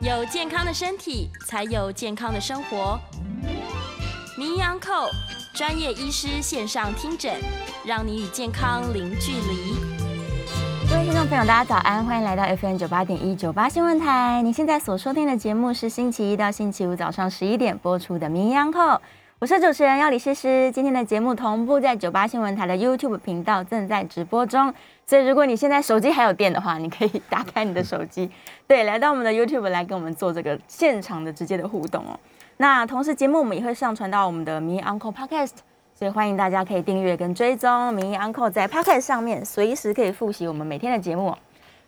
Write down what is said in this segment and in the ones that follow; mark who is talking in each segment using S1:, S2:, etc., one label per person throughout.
S1: 有健康的身体，才有健康的生活。名医安扣专业医师线上听诊，让你与健康零距离。
S2: 各位听众朋友，大家早安，欢迎来到 FM 九八点一九八新闻台。您现在所收听的节目是星期一到星期五早上十一点播出的《名医央叩》，我是主持人要李诗诗。今天的节目同步在九八新闻台的 YouTube 频道正在直播中，所以如果你现在手机还有电的话，你可以打开你的手机，对，来到我们的 YouTube 来跟我们做这个现场的直接的互动哦。那同时节目我们也会上传到我们的《名医 Uncle Podcast》，所以欢迎大家可以订阅跟追踪《名医 Uncle》在 Podcast 上面，随时可以复习我们每天的节目哦。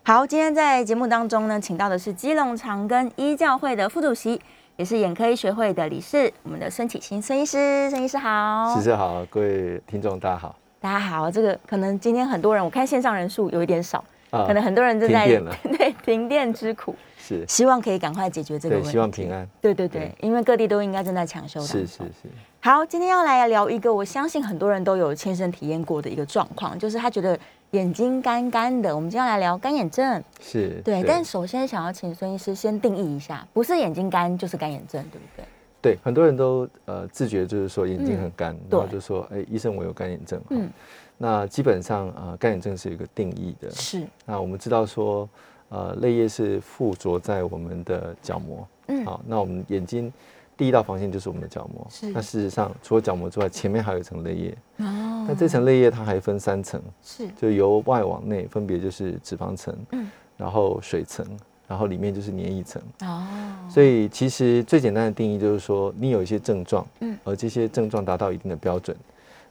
S2: 好，今天在节目当中呢，请到的是基隆长庚医教会的副主席，也是眼科医学会的理事，我们的孙启新孙医师，孙医师好，
S3: 其实好，各位听众大家好
S2: 大家好，这个可能今天很多人，我看线上人数有一点少，
S3: 啊
S2: 可能很多人正
S3: 停
S2: 在
S3: 电了
S2: 对停电之苦，
S3: 是，
S2: 希望可以赶快解决这个
S3: 对
S2: 问，题。
S3: 希望平安，
S2: 对对对，因为各地都应该正在抢修当
S3: 是
S2: 中。
S3: 是是，
S2: 好，今天要来聊一个我相信很多人都有亲身体验过的一个状况，就是他觉得眼睛干干的。我们今天要来聊干眼症，
S3: 是，
S2: 对。但首先想要请孙医师先定义一下，不是眼睛干就是干眼症，对不对？
S3: 对很多人都呃自觉就是说眼睛很干，
S2: 对
S3: 然后就说哎医生我有干眼症，
S2: 嗯
S3: 嗯，那基本上啊干眼症是有一个定义的，
S2: 是，
S3: 那我们知道说呃泪液是附着在我们的角膜，
S2: 嗯
S3: 好，那我们眼睛第一道防线就是我们的角膜
S2: 是，
S3: 那事实上除了角膜之外，前面还有一层泪液，
S2: 哦
S3: 那这层泪液它还分三层，
S2: 是
S3: 就由外往内分别就是脂肪层，
S2: 嗯
S3: 然后水层，然后里面就是黏液层。
S2: 哦，
S3: 所以其实最简单的定义就是说，你有一些症状，
S2: 嗯
S3: 而这些症状达到一定的标准，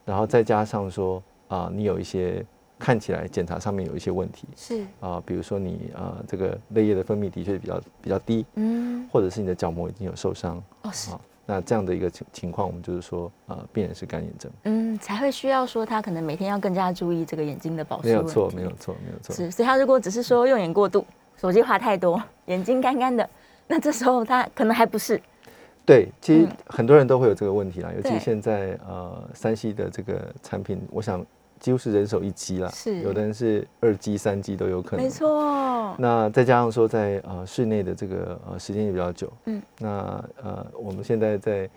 S3: 然后再加上说啊、你有一些看起来检查上面有一些问题
S2: 是，
S3: 啊、比如说你啊、这个泪液的分泌的确比较比较低，
S2: 嗯，
S3: 或者是你的角膜已经有受伤
S2: 哦是
S3: 啊、，那这样的一个情情况，我们就是说啊、病人是干眼症，
S2: 嗯，才会需要说他可能每天要更加注意这个眼睛的保湿
S3: 没有
S2: 问题。
S3: 错，嗯没有错，没有错，
S2: 是，所以他如果只是说用眼过度，手机滑太多，眼睛干干的，那这时候他可能还不是，
S3: 对，其实
S2: 嗯
S3: 很多人都会有这个问题啦，尤
S2: 对
S3: 其现在呃，三 C 的这个产品，我想几乎是人手一机啦，
S2: 是
S3: 有的人是二 G、三 G 都有可能。
S2: 没。错，
S3: 那再加上说在，呃室内的这个呃时间也比较久，
S2: 嗯，
S3: 那呃我们现在在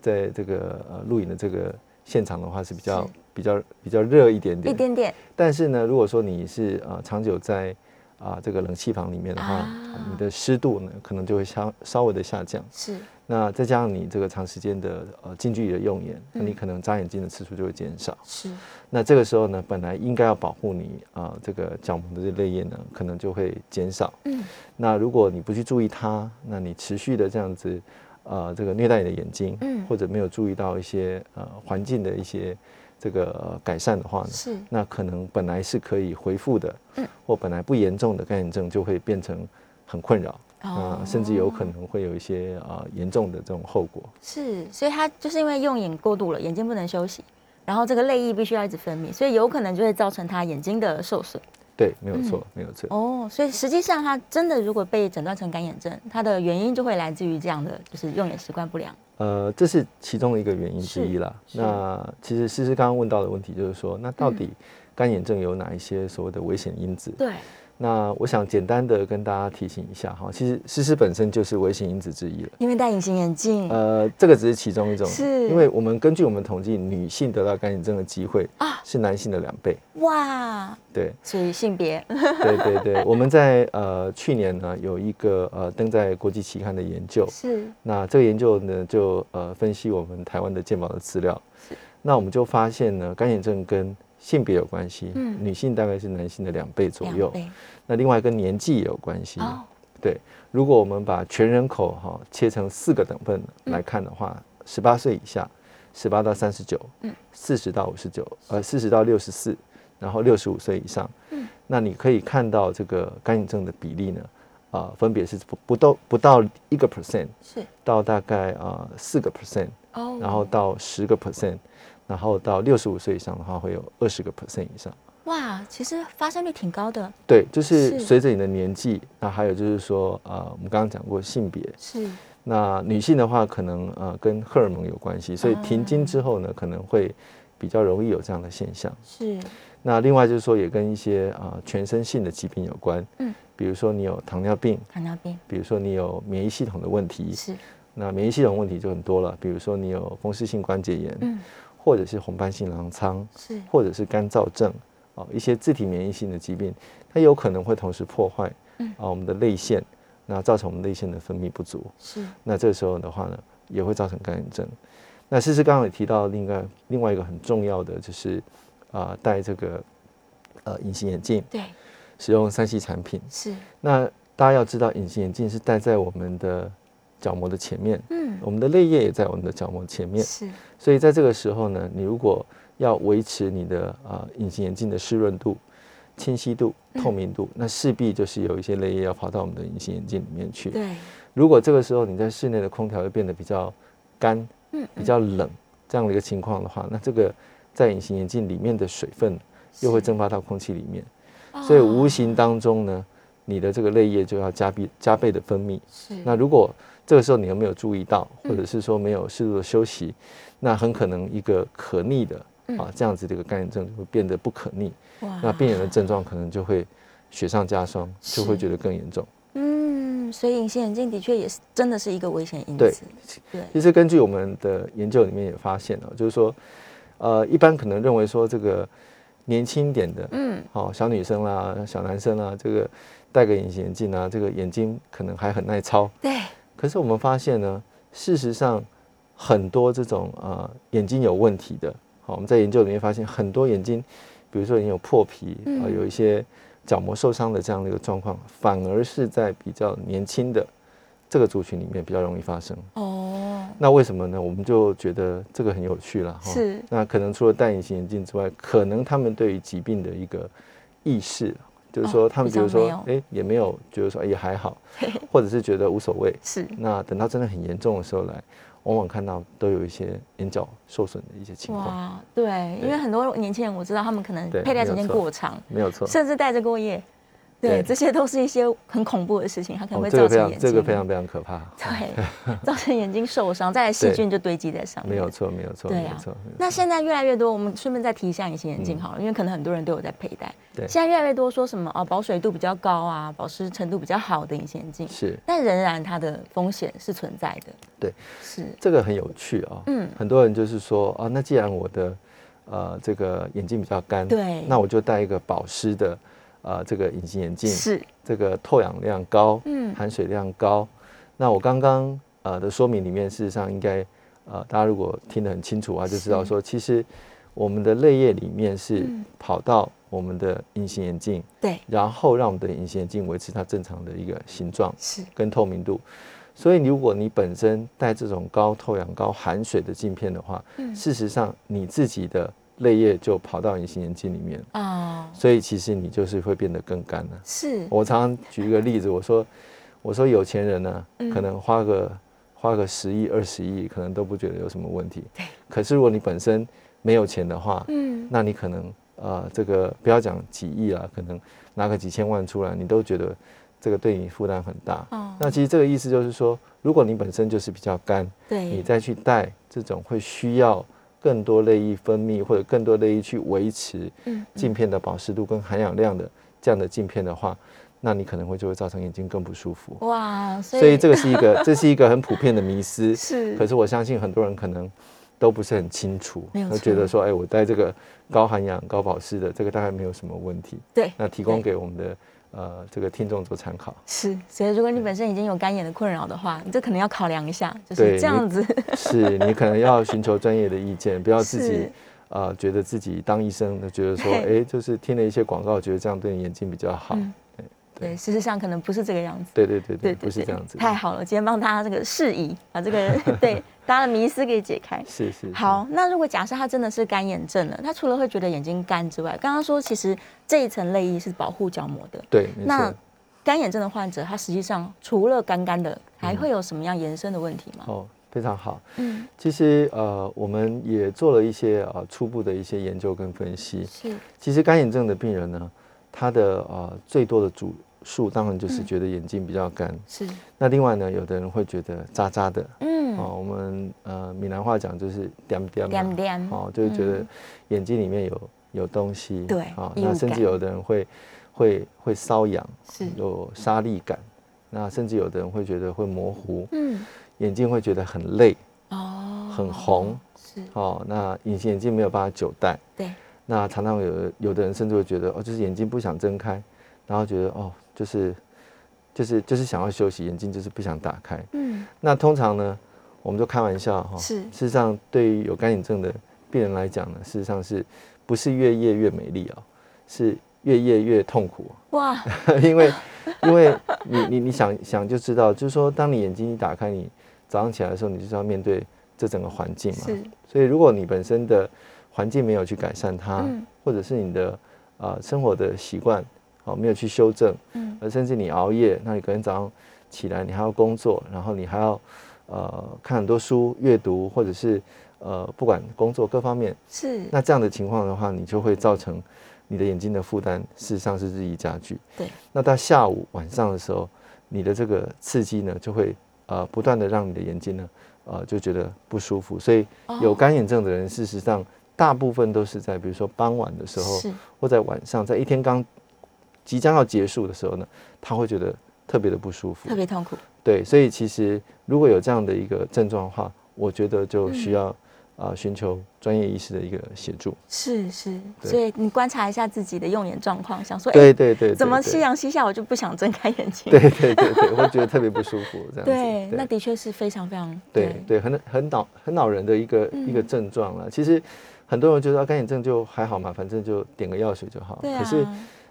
S3: 在这个呃录影的这个现场的话是比较
S2: 是
S3: 比较比较热一点
S2: 一
S3: 点，
S2: 点点。
S3: 但是呢，如果说你是呃长久在啊、这个冷气房里面的话，
S2: 啊
S3: 你的湿度呢可能就会稍稍微的下降。
S2: 是
S3: 那再加上你这个长时间的呃近距离的用眼，
S2: 嗯
S3: 那你可能眨眼睛的次数就会减少。
S2: 是，
S3: 那这个时候呢，本来应该要保护你啊、这个角膜的这泪液呢，可能就会减少。
S2: 嗯，
S3: 那如果你不去注意它，那你持续的这样子，呃，这个虐待你的眼睛，
S2: 嗯
S3: 或者没有注意到一些呃环境的一些这个、呃改善的话呢，
S2: 是
S3: 那可能本来是可以恢复的，
S2: 嗯
S3: 或本来不严重的干眼症就会变成很困扰。
S2: 哦
S3: 啊、甚至有可能会有一些啊严、重的这种后果。
S2: 是，所以他就是因为用眼过度了，眼睛不能休息，然后这个泪液必须要一直分泌，所以有可能就会造成他眼睛的受损。
S3: 对，没有错，没有错。
S2: 哦，所以实际上他真的如果被诊断成干眼症，它的原因就会来自于这样的，就是用眼习惯不良。
S3: 呃，这是其中的一个原因之一啦。
S2: 是是嗯
S3: 那其实诗诗刚刚问到的问题就是说，那到底干眼症有哪一些所谓的危险因子？
S2: 对，
S3: 那我想简单的跟大家提醒一下哈，其实诗诗本身就是危险因子之一了。
S2: 因为戴隐形眼镜、
S3: 呃，这个只是其中一种，
S2: 嗯是
S3: 因为我们根据我们统计，女性得到干眼症的机会
S2: 啊
S3: 是男性的两倍。
S2: 哇，
S3: 对，
S2: 所以性别嗯
S3: 对对对，我们在呃去年呢有一个呃登在国际期刊的研究，
S2: 是
S3: 那这个研究呢就呃分析我们台湾的健保的资料，那我们就发现呢干眼症跟性别有关系，
S2: 嗯
S3: 女性大概是男性的两倍左
S2: 两
S3: 右，
S2: 倍
S3: 那另外跟年纪也有关系。
S2: 哦，
S3: 对，如果我们把全人口哈、切成四个等份来看的话，十八岁以下，十八到三十九，
S2: 嗯，
S3: 四十到五十九，呃，四十到六十四，然后六十五岁以上，嗯，那你可以看到这个干眼症的比例呢，啊、分别是不不到不到一个 percent
S2: 是
S3: 到大概啊四个 percent，
S2: 哦，
S3: 然后到十个 percent，然后到六十五岁以上的话会有二十个 percent 以上。
S2: 哇，其实发生率挺高的，
S3: 对，就是是随着你的年纪，那还有就是说，呃，我们刚刚讲过性别，
S2: 是
S3: 那女性的话，可能呃跟荷尔蒙有关系，
S2: 啊
S3: 所以停经之后呢，可能会比较容易有这样的现象。
S2: 是
S3: 那另外就是说，也跟一些啊、呃全身性的疾病有关，
S2: 嗯，
S3: 比如说你有糖尿病，
S2: 糖尿病
S3: 比如说你有免疫系统的问题，
S2: 是，
S3: 那免疫系统问题就很多了，比如说你有风湿性关节炎，
S2: 嗯，
S3: 或者是红斑性狼疮，
S2: 是
S3: 或者是干燥症啊、一些自体免疫性的疾病，它有可能会同时破坏
S2: 嗯
S3: 啊、我们的泪腺，那造成我们泪腺的分泌不足。
S2: 是，
S3: 那这时候的话呢，也会造成干眼症。那诗诗刚刚也提到另外另外一个很重要的就是啊、呃戴这个呃隐形眼镜，
S2: 对，
S3: 使用三 C 产品。
S2: 是，
S3: 那大家要知道，隐形眼镜是戴在我们的角膜的前面，
S2: 嗯，
S3: 我们的泪液也在我们的角膜前面。
S2: 是，
S3: 所以在这个时候呢，你如果要维持你的呃隐形眼镜的湿润度、清晰度、透明度，那势必就是有一些泪液要跑到我们的隐形眼镜里面去。
S2: 对，
S3: 如果这个时候你在室内的空调又变得比较干、
S2: 嗯，
S3: 比较冷这样的一个情况的话，那这个在隐形眼镜里面的水分又会蒸发到空气里面，
S2: 哦
S3: 所以无形当中呢，你的这个泪液就要加
S2: 嗯
S3: 倍加倍的分泌。
S2: 是，
S3: 那如果这个时候你又没有注意到，
S2: 嗯
S3: 或者是说没有适度的休息，那很可能一个可逆的
S2: 嗯
S3: 啊这样子的一个干眼症就会变得不可逆，
S2: 哇
S3: 那病人的症状可能就会雪上加霜，就会觉得更严重。
S2: 嗯，所以隐形眼镜的确也是真的是一个危险因
S3: 对
S2: 子，对，
S3: 其实根据我们的研究里面也发现了、就是说，呃，一般可能认为说这个年轻一点的，
S2: 嗯，
S3: 好、小女生啦、小男生啦，这个戴个隐形眼镜啊，这个眼睛可能还很耐操。
S2: 对，
S3: 可是我们发现呢，事实上很多这种呃眼睛有问题的，好、我们在研究里面发现很多眼睛，比如说你有破皮啊、有一些角膜受伤的这样的一个状况，反而是在比较年轻的这个族群里面比较容易发生。
S2: 哦，
S3: 那为什么呢？我们就觉得这个很有趣了哈。
S2: 是
S3: 那可能除了戴隐形眼镜之外，可能他们对于疾病的一个意识，就是说他们
S2: 哦比
S3: 比如
S2: 较
S3: 说
S2: 没有，
S3: 哎、也没有觉得说、诶也 还好，或者是觉得无所谓。
S2: 是，
S3: 那等到真的很严重的时候来，往往看到都有一些眼角受损的一些情况。
S2: 哇，对，因为
S3: 对
S2: 很多年轻人我知道他们可能
S3: 对
S2: 佩戴
S3: 没
S2: 时
S3: 有
S2: 间
S3: 错
S2: 过长，
S3: 没有错，
S2: 甚至戴着过夜，对，
S3: 对
S2: 这些都是一些很恐怖的事情，它可能
S3: 哦
S2: 会，
S3: 这
S2: 造
S3: 个非
S2: 成
S3: 常
S2: 眼睛
S3: 这个非常非 常可怕。
S2: 对，造成眼睛受伤，再来细
S3: 对
S2: 菌就堆积在上面，
S3: 没有。错，没有错，
S2: 啊对
S3: 没
S2: 啊
S3: 有错。没有
S2: 那
S3: 错
S2: 现在越来越多，我们顺便再提一下隐形眼镜好了，因为可能很多人都有在佩戴。
S3: 嗯对
S2: 现在越来越多说什么哦，保水度比较高啊，保湿程度比较好的隐形眼镜，
S3: 是
S2: 但仍然它的风险是存在的。
S3: 对，
S2: 是，
S3: 这个很有趣啊、
S2: 嗯
S3: 很多人就是说啊，那既然我的呃这个眼睛比较干，
S2: 对
S3: 那我就戴一个保湿的呃这个隐形眼镜，
S2: 是，
S3: 这个透氧量高，
S2: 嗯
S3: 含水量高。那我刚刚呃的说明里面，事实上应该呃大家如果听得很清楚啊，就知道说，其实我们的泪液里面是
S2: 嗯
S3: 跑到我们的隐形眼镜，
S2: 对，
S3: 然后让我们的隐形眼镜维持它正常的一个形状
S2: 是
S3: 跟透明度。所以，如果你本身戴这种高透氧、高含水的镜片的话，
S2: 嗯
S3: 事实上你自己的泪液就跑到隐形眼镜里面，
S2: 哦，
S3: 所以其实你就是会变得更干了。
S2: 是，
S3: 我常常举一个例子，我说，我说有钱人呢、
S2: 嗯
S3: 可能花个花个十亿、二十亿，可能都不觉得有什么问题。可是如果你本身没有钱的话，
S2: 嗯，
S3: 那你可能呃，这个不要讲几亿啊，可能拿个几千万出来，你都觉得这个对你负担很大。
S2: 哦
S3: 那其实这个意思就是说，如果你本身就是比较干，你
S2: 对，
S3: 再去带这种会需要更多泪液分泌或者更多泪液去维持
S2: 嗯
S3: 镜片的保湿度跟含氧量的这样的镜片的话，那你可能会就会造成眼睛更不舒服。
S2: 哇，所以
S3: 所以这个是一 个这是一个很普遍的迷思，
S2: 是
S3: 可是我相信很多人可能都不是很清楚
S2: 没有，
S3: 都
S2: 错
S3: 觉得说，哎，我戴这个高含氧、高保湿的，这个大概没有什么问题。
S2: 对
S3: 那提供给我们的呃这个听众做参考。
S2: 是，所以如果你本身已经有干眼的困扰的话，你这可能要考量一下，就是
S3: 对
S2: 这样子，
S3: 是你可能要寻求专业的意见，不要自己
S2: 是
S3: 啊、呃觉得自己当医生的，觉 得说，
S2: 对
S3: 哎，就是听了一些广告，觉得这样对你眼睛比较好。对
S2: 对，事实上可能不是这个样子。
S3: 对对
S2: 嗯对
S3: 对
S2: 对，
S3: 对，不是
S2: 对
S3: 这样子的。
S2: 太好了，今天帮大家这个释疑， 把这个 对大家的迷思给解开。
S3: 是是。是
S2: 好，那如果假设他真的是干眼症了，他除了会觉得眼睛干之外，刚刚说其实这一层泪液是保护角膜的。
S3: 对，没
S2: 那
S3: 错。
S2: 干眼症的患者，他实际上除了干干的，还会有什么样延伸的问题吗？
S3: 哦，非常好。
S2: 嗯，
S3: 其实呃，我们也做了一些呃初步的一些研究跟分析。
S2: 是
S3: 其实干眼症的病人呢，他的呃最多的主诉当然
S2: 嗯
S3: 就是觉得眼睛比较干。
S2: 是，
S3: 那另外呢，有的人会觉得渣渣的。
S2: 嗯，
S3: 哦，我们呃闽南话讲就是点点嘛
S2: 点点嗯
S3: 哦，就是觉得眼睛里面有有东西，
S2: 对
S3: 啊，
S2: 异物
S3: 那甚至
S2: 感
S3: 有的人会会会瘙痒，
S2: 是
S3: 有沙粒感，那甚至有的人会觉得会模糊，
S2: 嗯，
S3: 眼睛会觉得很累、
S2: 哦，
S3: 很红，
S2: 是，
S3: 哦，那隐形眼镜没有办法久戴，
S2: 对，
S3: 那常常有的有的人甚至会觉得哦，就是眼睛不想睁开，然后觉得哦，就是就是就是想要休息，眼睛就是不想打开。
S2: 嗯，
S3: 那通常呢，我们就开玩笑哈、
S2: 是
S3: 事实上，对于有干眼症的病人来讲呢，事实上是不是越夜越美丽哦，是越夜越痛苦、哦
S2: 哇，
S3: 因为因为你你你想想就知道，就是说，当你眼睛一打开，你早上起来的时候，你就是要面对这整个环境嘛。
S2: 是，
S3: 所以，如果你本身的环境没有去改善它，
S2: 嗯
S3: 或者是你的呃生活的习惯哦没有去修正，
S2: 嗯，
S3: 而甚至你熬夜，那你隔天早上起来，你还要工作，然后你还要呃看很多书阅读，或者是呃不管工作各方面，
S2: 是，
S3: 那这样的情况的话，你就会造成你的眼睛的负担，事实上是日益加剧。
S2: 对，
S3: 那到下午晚上的时候，你的这个刺激呢，就会呃不断的让你的眼睛呢，呃就觉得不舒服。所以
S2: 哦
S3: 有干眼症的人，事实上大部分都是在比如说傍晚的时候，
S2: 是，
S3: 或在晚上，在一天刚即将要结束的时候呢，他会觉得特别的不舒服
S2: 特。别痛苦，
S3: 对，所以其实如果有这样的一个症状的话，我觉得就
S2: 嗯
S3: 需要啊、呃寻求专业医师的一个协助。
S2: 是是，
S3: 对
S2: 所以你观察一下自己的用眼状况，想说，哎，
S3: 对对对，
S2: 怎么
S3: 对
S2: 夕？阳西下我就不想睁开眼睛？
S3: 对对对对对，会觉得特别不舒服，这样子。
S2: 对，那
S3: 对
S2: 的确是非常非常
S3: 对对，很很恼很恼人的一个一个
S2: 嗯
S3: 症状了。其实很多人觉得啊干眼症就还好嘛，反正就点个药水就好。
S2: 对啊，
S3: 可是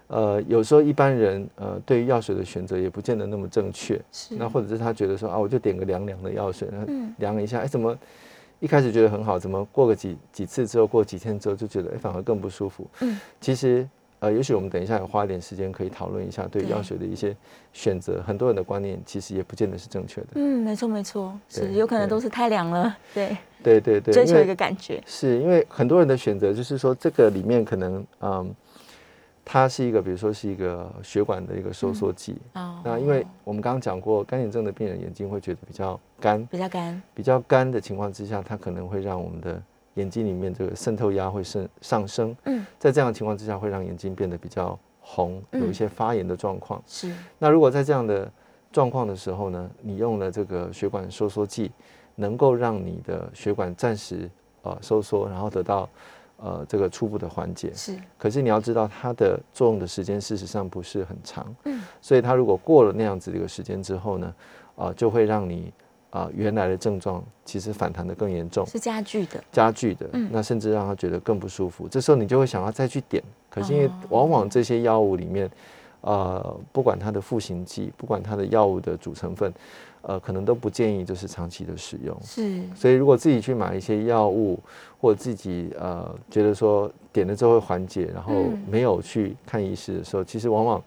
S3: 呃，有时候一般人呃对于药水的选择也不见得那么正确。
S2: 是
S3: 那或者是他觉得说啊，我就点个凉凉的药水，然后
S2: 嗯
S3: 量一下，哎，怎么一开始觉得很好，怎么过个几几次之后，过几天之后就觉得哎反而更不舒服。
S2: 嗯，
S3: 其实呃，也许我们等一下有花一点时间可以讨论一下对
S2: 对
S3: 药水的一些选择，很多人的观念其实也不见得是正确的。
S2: 嗯，没错没错，是
S3: 对
S2: 有可能
S3: 对
S2: 都是太凉了，对，
S3: 对对对，
S2: 追
S3: 因
S2: 求
S3: 为
S2: 一个感觉，
S3: 是因为很多人的选择就是说，这个里面可能嗯，它是一个比如说是一个血管的一个收缩剂。
S2: 哦，
S3: 那因为我们刚刚讲过，干眼症的病人眼睛会觉得比较干，
S2: 比较干，
S3: 比较干的情况之下，它可能会让我们的眼睛里面这个渗透压会上上升。
S2: 嗯，
S3: 在这样的情况之下，会让眼睛变得比较红，
S2: 嗯
S3: 有一些发炎的状况。
S2: 是
S3: 那如果在这样的状况的时候呢，你用了这个血管收缩剂，能够让你的血管暂时呃收缩，然后得到呃这个初步的缓解。
S2: 是，
S3: 可是你要知道，它的作用的时间事实上不是很长，
S2: 嗯，
S3: 所以它如果过了那样子的一个时间之后呢，啊、就会让你啊、原来的症状其实反弹的更严重，
S2: 是加剧的，
S3: 加剧的，
S2: 嗯
S3: 那甚至让他觉得更不舒服。这时候你就会想要再去点，可是因为
S2: 哦
S3: 往往这些药物里面，呃，不管它的赋形剂，不管它的药物的主成分，呃，可能都不建议就是长期的使用。
S2: 是
S3: 所以如果自己去买一些药物，或者自己呃觉得说点了之后会缓解，然后
S2: 嗯
S3: 没有去看医师的时候，其实往往。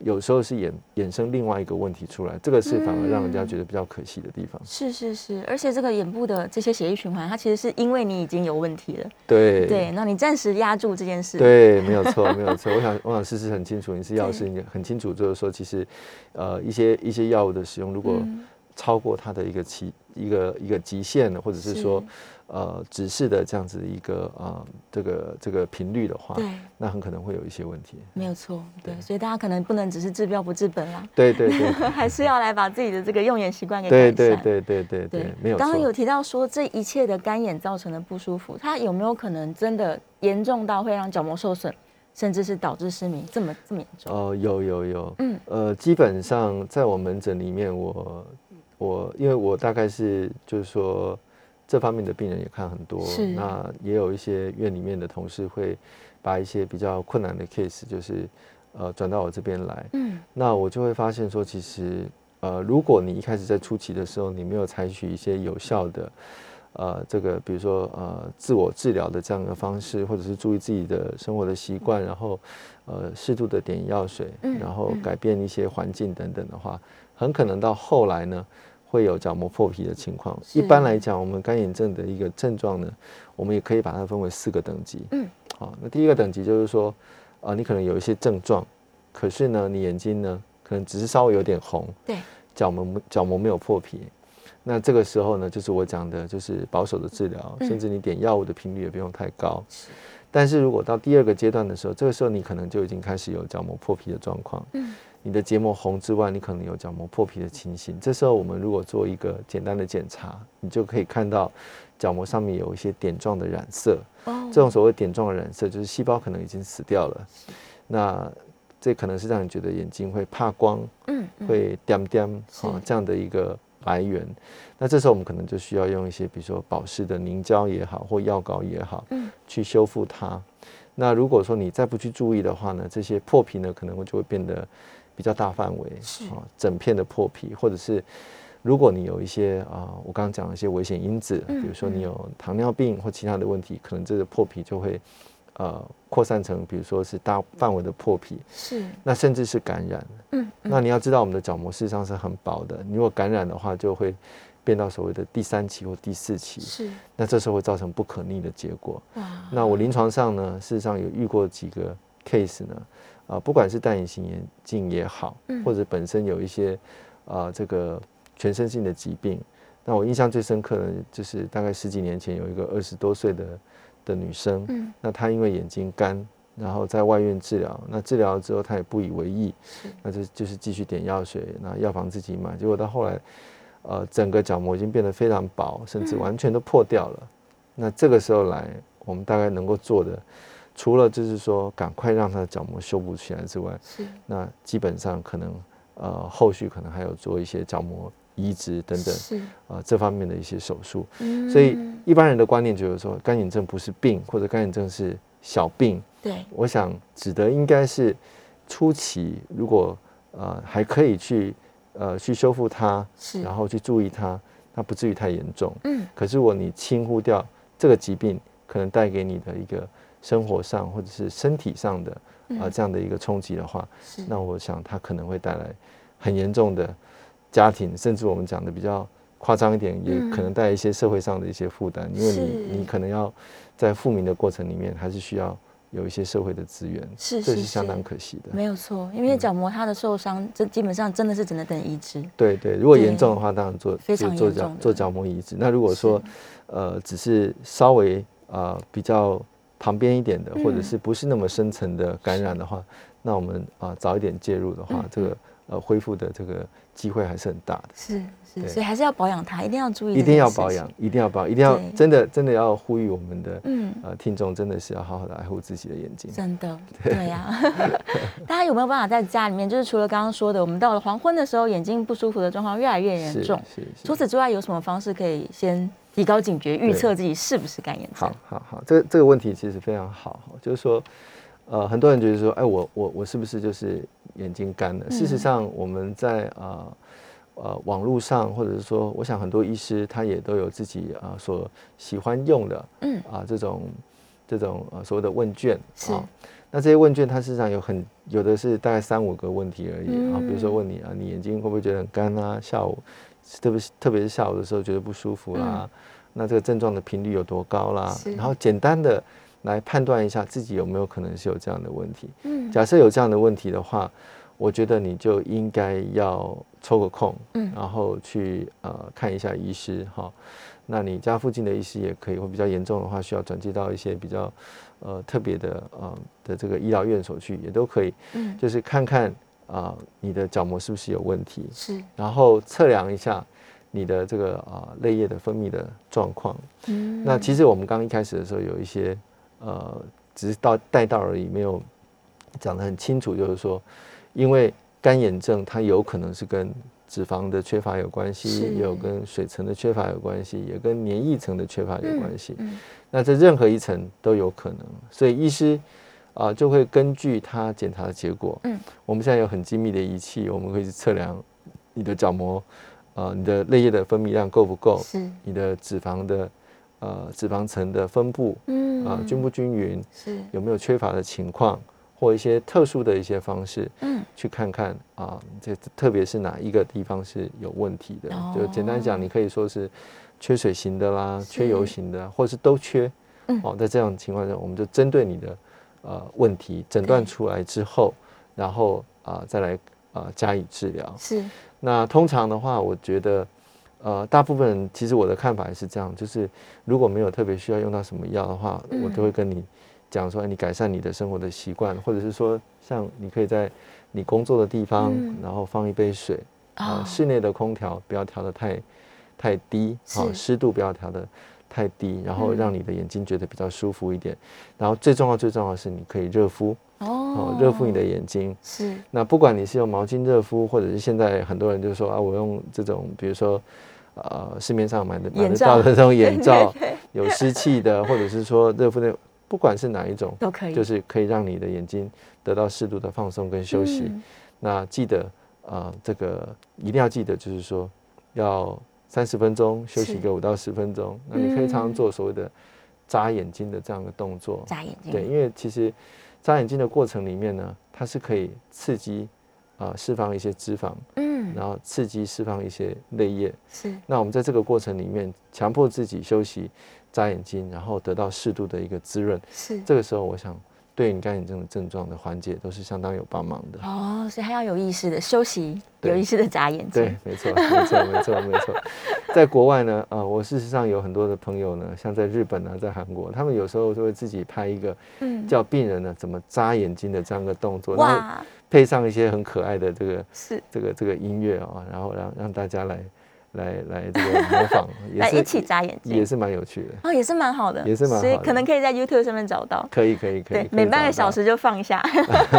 S3: 有时候是衍衍生另外一个问题出来，这个是反而让人家
S2: 嗯
S3: 觉得比较可惜的地方。
S2: 是是是，而且这个眼部的这些血液循环，它其实是因为你已经有问题了，
S3: 对
S2: 对，那你暂时压住这件事，，
S3: 对，没有错，没有错。我想，我想事实很清楚，你是药师，
S2: 对
S3: 你很清楚，就是说，其实，呃，一些一些药物的使用，如果
S2: 嗯
S3: 超过它的一个期、一个一个极限了，或者是说，呃，指示的这样子的一个呃这个这个频率的话，
S2: 对，
S3: 那很可能会有一些问题。
S2: 没有错，对，
S3: 对
S2: 所以大家可能不能只是治标不治本啦，
S3: 对对对
S2: 还是要来把自己的这个用眼习惯给改
S3: 对
S2: 善。
S3: 对对对对对，没有
S2: 刚刚有
S3: 错。
S2: 提到说这一切的干眼造成的不舒服，它有没有可能真的严重到会让角膜受损，甚至是导致失明这么这么严重？
S3: 哦，有有有，
S2: 嗯，
S3: 呃，基本上在我门诊里面我，我因为我大概是就是说这方面的病人也看很多
S2: 是，
S3: 那也有一些院里面的同事会把一些比较困难的 case 就是呃转到我这边来，
S2: 嗯，
S3: 那我就会发现说，其实呃，如果你一开始在初期的时候，你没有采取一些有效的呃这个，比如说呃自我治疗的这样的方式，或者是注意自己的生活的习惯，然后呃适度的点药水，
S2: 嗯
S3: 然后
S2: 嗯
S3: 改变一些环境等等的话，很可能到后来呢。会有角膜破皮的情况。
S2: 是
S3: 一般来讲，我们干眼症的一个症状呢，我们也可以把它分为四个等级。
S2: 嗯，
S3: 好、那第一个等级就是说，呃，你可能有一些症状，可是呢，你眼睛呢，可能只是稍微有点红，
S2: 对，
S3: 角膜角膜没有破皮。那这个时候呢，就是我讲的，就是保守的治疗，
S2: 嗯
S3: 甚至你点药物的频率也不用太高。但是如果到第二个阶段的时候，这个时候你可能就已经开始有角膜破皮的状况，
S2: 嗯，
S3: 你的结膜红之外，你可能有角膜破皮的情形。这时候我们如果做一个简单的检查，你就可以看到角膜上面有一些点状的染色，
S2: 哦
S3: 这种所谓点状的染色，就是细胞可能已经死掉了，那这可能是让你觉得眼睛会怕光，
S2: 嗯嗯
S3: 会点点
S2: 是
S3: 哦这样的一个来源。那这时候我们可能就需要用一些，比如说保湿的凝胶也好，或药膏也好，
S2: 嗯
S3: 去修复它。那如果说你再不去注意的话呢，这些破皮呢可能会就会变得比较大范围，
S2: 是
S3: 哦，整片的破皮，或者是如果你有一些啊、我刚刚讲的一些危险因子，
S2: 嗯
S3: 比如说
S2: 嗯
S3: 你有糖尿病或其他的问题，可能这个破皮就会呃扩散成，比如说是大范围的破皮，
S2: 是
S3: 那甚至是感染。
S2: 嗯嗯
S3: 那你要知道，我们的角膜事实上是很薄的，你如果感染的话，就会变到所谓的第三期或第四期，
S2: 是
S3: 那这时候会造成不可逆的结果。
S2: 哇
S3: 那我临床上呢，事实上有遇过几个 case 呢，啊、不管是戴隐形眼镜也好，
S2: 嗯
S3: 或者本身有一些啊这个全身性的疾病，那我印象最深刻的就是大概十几年前有一个二十多岁的的女生，
S2: 嗯
S3: 那她因为眼睛干，然后在外院治疗，那治疗了之后她也不以为意，那就就是继续点药水，那药房自己买，结果到后来，呃，整个角膜已经变得非常薄，甚至完全都破掉了。那这个时候来，我们大概能够做的，除了就是说赶快让她的角膜修补起来之外，
S2: 是
S3: 那基本上可能呃后续可能还有做一些角膜移植等等
S2: 是
S3: 啊、呃这方面的一些手术。
S2: 嗯
S3: 所以一般人的观念就是说，干眼症不是病，或者干眼症是小病。
S2: 对
S3: 我想指的应该是初期，如果呃还可以去呃去修复它，
S2: 是
S3: 然后去注意它，那不至于太严重。
S2: 嗯
S3: 可是如果你轻忽掉这个疾病，可能带给你的一个生活上或者是身体上的啊、呃
S2: 嗯
S3: 这样的一个冲击的话，
S2: 是
S3: 那我想它可能会带来很严重的家庭，甚至我们讲的比较夸张一点，也
S2: 嗯
S3: 可能带来一些社会上的一些负担，因为
S2: 是
S3: 你你可能要在复明的过程里面，还是需要有一些社会的资源，
S2: 是
S3: 这
S2: 是
S3: 是相当
S2: 是
S3: 可惜的。嗯
S2: 没有错，因为角膜它的受伤，这基本上真的是只能等移植。
S3: 对对，如果
S2: 对
S3: 严重的话，当然做
S2: 非
S3: 做
S2: 常
S3: 做
S2: 严
S3: 角
S2: 重的
S3: 做角膜移植。那如果说呃只是稍微啊比较旁边一点的，或者
S2: 嗯
S3: 是不是那么深层的感染的话，那我们啊、早一点介入的
S2: 嗯
S3: 话，这个呃恢复的这个机会还是很大的。
S2: 是是，
S3: 对
S2: 所以还是要保养它，一定要注意，
S3: 一定要保养。，一定要保养，一定要
S2: 对
S3: 真的真的要呼吁我们的、
S2: 嗯，
S3: 呃听众，真的是要好好的爱护自己的眼睛。
S2: 真的，对呀、 大家有没有办法在家里面，就是除了刚刚说的，我们到了黄昏的时候，眼睛不舒服的状况越来越严
S3: 是
S2: 重。
S3: 是是。
S2: 除此之外，有什么方式可以先提高警觉，预
S3: 对
S2: 测自己是不是干眼症
S3: 好？好好，这个这个问题其实非常好，就是说，呃，很多人觉得说，哎，我我我是不是就是眼睛干了？事
S2: 嗯
S3: 实上，我们在呃呃网络上，或者是说，我想很多医师他也都有自己啊、呃所喜欢用的，
S2: 嗯
S3: 啊、这种这种呃所谓的问卷
S2: 是
S3: 啊那这些问卷它事实上有很有的是大概三五个问题而已、啊，比如说
S2: 嗯
S3: 问你啊，你眼睛会不会觉得很干啊？下午特别是特别是下午的时候觉得不舒服啦、那这个症状的频率有多高啦
S2: 嗯是？
S3: 然后简单的来判断一下自己有没有可能是有这样的问题。
S2: 嗯
S3: 假设有这样的问题的话，我觉得你就应该要抽个空，
S2: 嗯
S3: 然后去呃看一下医师哈。那你家附近的医师也可以，或比较严重的话，需要转接到一些比较呃特别的呃的这个医疗院所去，也都可以。
S2: 嗯，
S3: 就是看看啊、呃你的角膜是不是有问题，
S2: 是，
S3: 然后测量一下你的这个啊、呃泪液的分泌的状况。
S2: 嗯
S3: 那其实我们刚一开始的时候有一些呃，只是到带到而已，没有讲得很清楚，就是说，因为干眼症它有可能是跟脂肪的缺乏有关
S2: 是
S3: 系，也有跟水层的缺乏有关系，也跟黏液层的缺乏有关系。
S2: 嗯
S3: 那这任何一层都有可能，所以医师啊、就会根据他检查的结果，
S2: 嗯，
S3: 我们现在有很精密的仪器，我们可以去测量你的角膜，呃，你的泪液的分泌量够不够，
S2: 是，
S3: 你的脂肪的呃脂肪层的分布
S2: 嗯
S3: 啊、均不均匀，
S2: 是，
S3: 有没有缺乏的情况，或一些特殊的一些方式
S2: 嗯
S3: 去看看啊、这特别是哪一个地方是有问题的？就简单
S2: 哦
S3: 讲，你可以说是缺水型的啦，缺油
S2: 是
S3: 型的，或是都缺。
S2: 嗯
S3: 哦，在这样的情况下，我们就针对你的呃问题诊断
S2: 对
S3: 出来之后，然后啊、再来啊、加以治疗。
S2: 是，
S3: 那通常的话，我觉得，呃，大部分人其实我的看法也是这样，就是如果没有特别需要用到什么药的话，
S2: 嗯
S3: 我都会跟你讲说，哎，你改善你的生活的习惯，或者是说，像你可以在你工作的地方，
S2: 嗯
S3: 然后放一杯水，啊、
S2: 哦
S3: 室内的空调不要调得太太低，啊
S2: 是，嗯
S3: 湿度不要调得太低，然后让你的眼睛觉得比较舒服一点。然后最重要最重要的是，你可以热敷，
S2: 哦
S3: 哦，热敷你的眼睛。
S2: 是
S3: 那不管你是用毛巾热敷，或者是现在很多人就说啊，我用这种，比如说，呃，市面上买的买
S2: 眼
S3: 得
S2: 罩
S3: 到的这 种眼罩，有湿气的，或者是说热敷的，不管是哪一种，
S2: 都可以，
S3: 就是可以让你的眼睛得到适度的放松跟休息。
S2: 嗯
S3: 那记得，呃，这个一定要记得，就是说要三十分钟休息
S2: 是
S3: 个五到十分钟。那你可以
S2: 嗯
S3: 常常做所谓的眨眼睛的这样的动作，
S2: 眨眼睛，
S3: 对，因为其实眨眼睛的过程里面呢，它是可以刺激啊、呃释放一些脂肪，
S2: 嗯，
S3: 然后刺激释放一些泪液。
S2: 是
S3: 那我们在这个过程里面，强迫自己休息、眨眼睛，然后得到适度的一个滋润。
S2: 是。
S3: 这个时候，我想对你干眼症的症状的缓解都是相当有帮忙的。
S2: 哦，所以他要有意识的休息，
S3: 对
S2: 有意识的眨眼睛。
S3: 对，没错，没错，没错，没错。在国外呢，啊、我事实上有很多的朋友呢，像在日本啊，在韩国，他们有时候就会自己拍一个
S2: 嗯，
S3: 叫病人呢怎么眨眼睛的这样一个动作，然后
S2: 哇，
S3: 配上一些很可爱的这个
S2: 是
S3: 这个这个音乐啊、然后让让大家来来来这个模 仿，也
S2: 来
S3: 是
S2: 一起眨眼睛
S3: 也，是蛮有趣的。
S2: 哦，也是蛮好的，
S3: 也是蛮好
S2: 所以
S3: 的
S2: 可能可以在 YouTube 上面找到。
S3: 可以可以可
S2: 对，
S3: 以，可以
S2: 每半
S3: 找
S2: 个
S3: 到
S2: 小，时就放一下。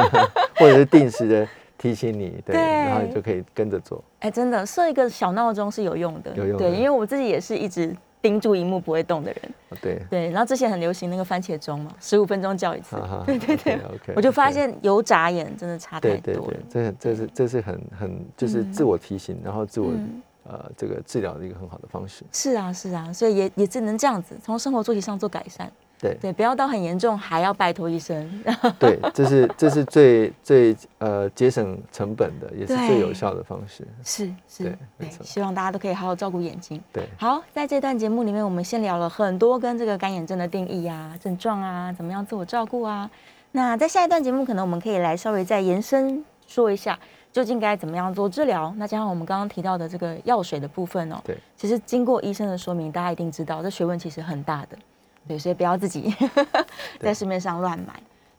S3: 或者是定时的提醒你，对，
S2: 对
S3: 然后你就可以跟着做。
S2: 哎，真的设一个小闹钟是有用的，
S3: 有用
S2: 对，
S3: 的
S2: 因为我自己也是一直盯住荧幕不会动的人。
S3: 哦对，啊
S2: 对，然后之前很流行那个番茄钟嘛，十五分钟叫一次，
S3: 哈哈，对对对，OK，
S2: 我就发。现有眨眼真的差太
S3: 对对
S2: 多
S3: 对
S2: 了。，
S3: 这这是这是很很就是
S2: 嗯
S3: 自我提醒，然后自我
S2: 嗯
S3: 呃这个治疗的一个很好的方式。
S2: 是啊，是啊，所以也也只能这样子，从生活作息上做改善。
S3: 对
S2: 对，不要到很严重还要拜托医生。
S3: 对，这是这是最最呃节省成本的，也是
S2: 对
S3: 最有效的方式。
S2: 是是
S3: 对，没错
S2: 希望大家都可以好好照顾眼睛。
S3: 对。
S2: 好，在这段节目里面，我们先聊了很多跟这个干眼症的定义啊、症状啊、怎么样自我照顾啊。那在下一段节目，可能我们可以来稍微再延伸说一下，究竟该怎么样做治疗。那加上我们刚刚提到的这个药水的部分哦，
S3: 对，
S2: 其实经过医生的说明，大家一定知道这学问其实很大的，对，所以不要自己 在市面上乱买。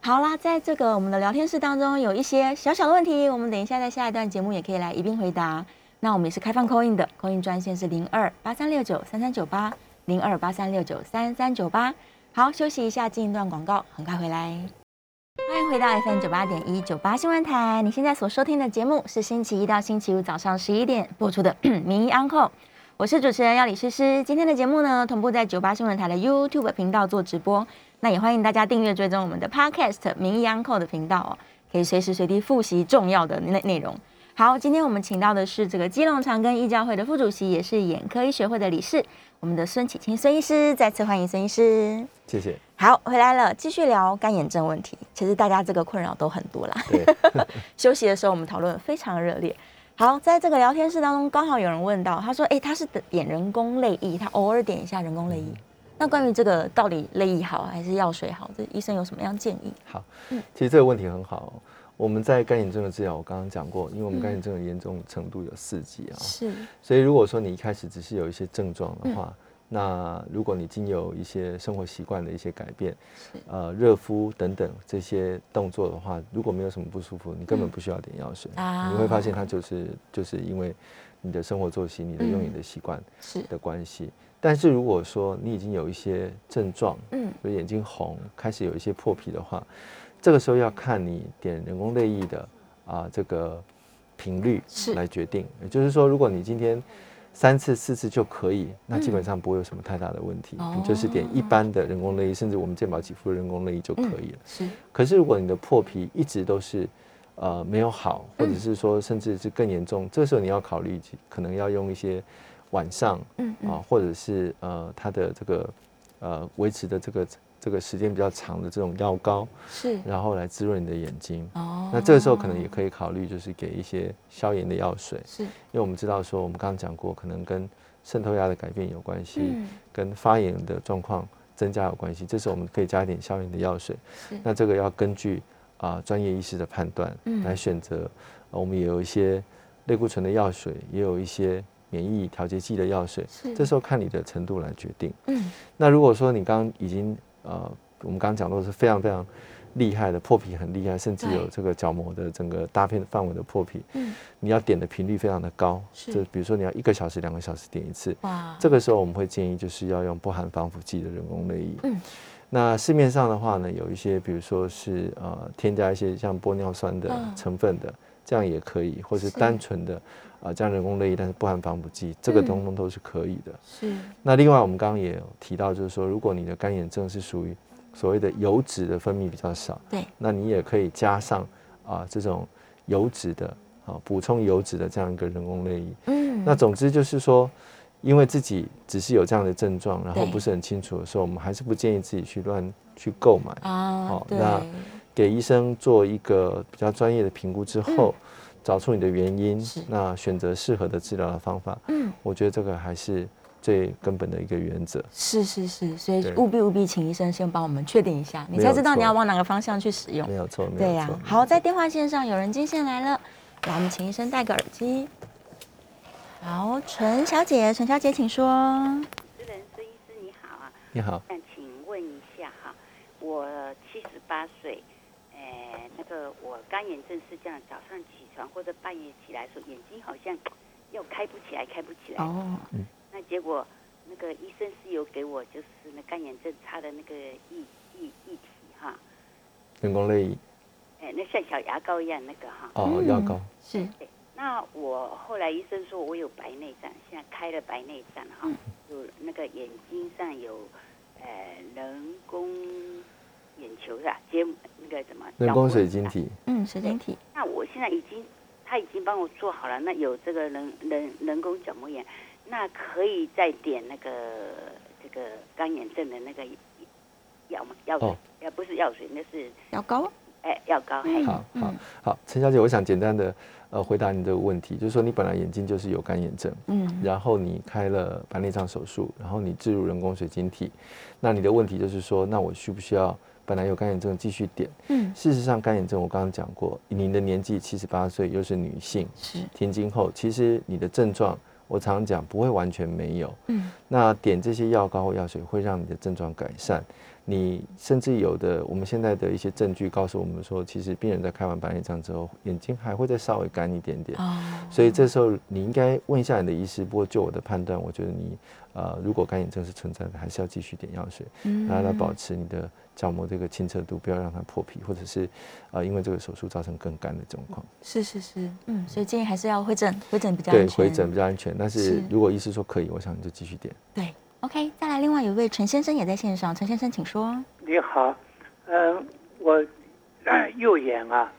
S2: 好啦，在这个我们的聊天室当中，有一些小小的问题，我们等一下在下一段节目也可以来一并回答。那我们也是开放 call in 的，call in 专线是零二八三六九三三九八零二八三六九三三九八。好，休息一下，进一段广告，很快回来。欢迎回到 FM 九八点一九八新闻台，你现在所收听的节目是星期一到星期五早上十一点播出的 《名医 Uncle》，我是主持人要李诗诗。今天的节目呢，同步在九八新闻台的 YouTube 频道做直播，那也欢迎大家订阅追踪我们的 Podcast《名医 Uncle》的频道哦，可以随时随地复习重要的内内容。好，今天我们请到的是这个基隆长庚医教会的副主席，也是眼科医学会的理事，我们的孙启清孙医师，再次欢迎孙医师。
S3: 谢谢。
S2: 好，回来了，继续聊干眼症问题。其实大家这个困扰都很多啦。
S3: 对，
S2: 休息的时候我们讨论得非常热烈。好，在这个聊天室当中，刚好有人问到，他说：“哎、他是点人工泪液，他偶尔点一下人工泪液。那关于这个到底泪液好还是药水好，这医生有什么样建议？
S3: 好，
S2: 嗯
S3: 其实这个问题很好。我们在干眼症的治疗，我刚刚讲过，因为我们干眼症的严重程度有四级啊，
S2: 嗯是
S3: 所以如果说你一开始只是有一些症状的话，
S2: 嗯
S3: 那如果你经由一些生活习惯的一些改变，呃，热敷等等这些动作的话，如果没有什么不舒服，你根本不需要点药水，
S2: 嗯啊
S3: 你会发现它就是就是因为你的生活作息、你的
S2: 嗯
S3: 用眼的习惯
S2: 是，
S3: 的关系。但是如果说你已经有一些症状，
S2: 嗯，
S3: 就眼睛红，开始有一些破皮的话，这个时候要看你点人工泪液的啊、这个频率
S2: 是
S3: 来决定。也就是说，如果你今天三次四次就可以，那基本上不会有什么太大的问题，
S2: 嗯哦
S3: 你就是点一般的人工泪液，甚至我们健保给付的人工泪液就可以了。
S2: 是
S3: 可是如果你的破皮一直都是
S2: 嗯
S3: 呃没有好，或者是说甚至是更严重，这个时候你要考虑可能要用一些晚上
S2: 嗯
S3: 啊、或者是呃它的这个呃维持的这个这个时间比较长的这种药膏，
S2: 是
S3: 然后来滋润你的眼睛。
S2: 嗯哦
S3: 那这个时候可能也可以考虑，就是给一些消炎的药水，
S2: 是
S3: 因为我们知道说，我们刚刚讲过，可能跟渗透压的改变有关系，
S2: 嗯
S3: 跟发炎的状况增加有关系。这时候我们可以加一点消炎的药水
S2: 是。
S3: 那这个要根据啊、专业医师的判断
S2: 嗯
S3: 来选择、呃我们也有一些类固醇的药水，也有一些免疫调节剂的药水
S2: 是。
S3: 这时候看你的程度来决定。
S2: 嗯
S3: 那如果说你刚刚已经呃我们刚刚讲到是非常非常厉害的，破皮很厉害，甚至有
S2: 对
S3: 这个角膜的整个大片范围的破皮，
S2: 嗯
S3: 你要点的频率非常的高，
S2: 是
S3: 就比如说你要一个小时、两个小时点一次，
S2: 哇，
S3: 这个时候我们会建议就是要用不含防腐剂的人工泪液。
S2: 嗯，
S3: 那市面上的话呢，有一些比如说是呃添加一些像玻尿酸的
S2: 嗯
S3: 成分的，这样也可以，或是
S2: 是
S3: 单纯的呃加人工泪液，但是不含防腐剂，这
S2: 嗯
S3: 个通通都是可以的。
S2: 是
S3: 那另外我们刚刚也有提到，就是说如果你的干眼症是属于所谓的油脂的分泌比较少，
S2: 对，
S3: 那你也可以加上啊、这种油脂的啊、补充油脂的这样一个人工泪液。
S2: 嗯
S3: 那总之就是说，因为自己只是有这样的症状，然后
S2: 对
S3: 不是很清楚的时候，我们还是不建议自己去乱去购买，
S2: 啊
S3: 好，
S2: 对，
S3: 那给医生做一个比较专业的评估之后，找出你的原因
S2: 嗯是，
S3: 那选择适合的治疗的方法。
S2: 嗯，
S3: 我觉得这个还是最根本的一个原则。
S2: 是是是，所以
S3: 对
S2: 务必务必请医生先帮我们确定一下，你
S3: 没
S2: 才
S3: 有
S2: 知道你
S3: 错
S2: 要往哪个方向去使用
S3: 没。有错，没
S2: 对
S3: 有
S2: 呀、
S3: 错。
S2: 好，在电话线上有人接线来了，来，我们请医生戴个耳机。好，陈小姐，陈小姐，请说。
S4: 主持人孙医师你好啊，
S3: 你好，
S4: 想请问一下哈，我七十八岁，呃，那个我干眼症是这样，早上起床或者半夜起来的时候，眼睛好像又开不起来，开不起来。
S2: 哦，
S4: 那结果那个医生是有给我就是那干眼症擦的那个液液液体哈，
S3: 人工泪液
S4: 哎、那像小牙膏一样那个哈。
S3: 哦，
S2: 嗯
S3: 药膏
S2: 是
S4: 对，那我后来医生说我有白内障，现在开了白内障哈，
S3: 嗯
S4: 有那个眼睛上有呃人工眼球是吧？结那个什么
S3: 人工水晶。体，
S2: 嗯，水晶体，
S4: 那我现在已经他已经帮我做好了，那有这个人人人工角膜炎，那可以再点那个这个干眼症的那个药吗？药水
S3: 哦
S4: 呃、不是药水，那是
S2: 要高。
S4: 哎药膏。嘿
S3: 好
S2: 嗯
S3: 好好，陈小姐，我想简单的呃回答你这个问题，就是说你本来眼睛就是有干眼症，
S2: 嗯，
S3: 然后你开了白内障手术，然后你置入人工水晶体，那你的问题就是说，那我需不需要本来有干眼症继续点？
S2: 嗯，
S3: 事实上，干眼症我刚刚讲过，您的年纪七十八岁，又是女性，
S2: 是，
S3: 停经后，其实你的症状，我常讲不会完全没有。
S2: 嗯，
S3: 那点这些药膏或药水会让你的症状改善。你甚至有的，我们现在的一些证据告诉我们说，其实病人在开完白内障之后，眼睛还会再稍微干一点点。
S2: 哦，
S3: 所以这时候你应该问一下你的医师。不过就我的判断，我觉得你呃，如果干眼症是存在的，还是要继续点药水，
S2: 嗯
S3: 让它保持你的角膜这个清澈度，不要让它破皮，或者是呃因为这个手术造成更干的状况。
S2: 是是是，嗯，所以建议还是要回诊，回诊比较
S3: 对，
S2: 安全。
S3: 回诊比较安全。但是
S2: 是
S3: 如果医师说可以，我想你就继续点。
S2: 对。OK，再来另外有一位陈先生也在线上，陈先生请说。
S5: 你好，呃，我、呃右眼啊，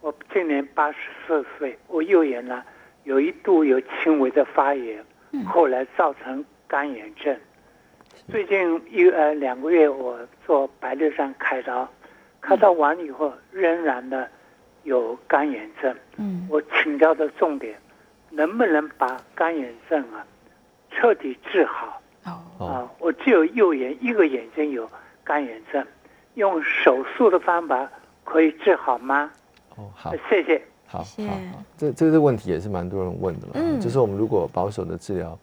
S5: 我今年八十四岁，我右眼呢有一度有轻微的发炎，后来造成干眼症。最近一呃两个月，我做白内障开刀，开刀完以后仍然呢有干眼症。
S2: 嗯，
S5: 我请教的重点，能不能把干眼症啊彻底治好？
S2: 哦，
S3: 哦
S5: 啊，我只有右眼一个眼睛有干眼症，用手术的方法可以治好吗？
S3: 哦，好
S5: 谢谢。
S3: 好好
S2: 谢谢
S3: 好，这这个问题也是蛮多人问的了。
S2: 嗯
S3: 就是我们如果保守的治疗，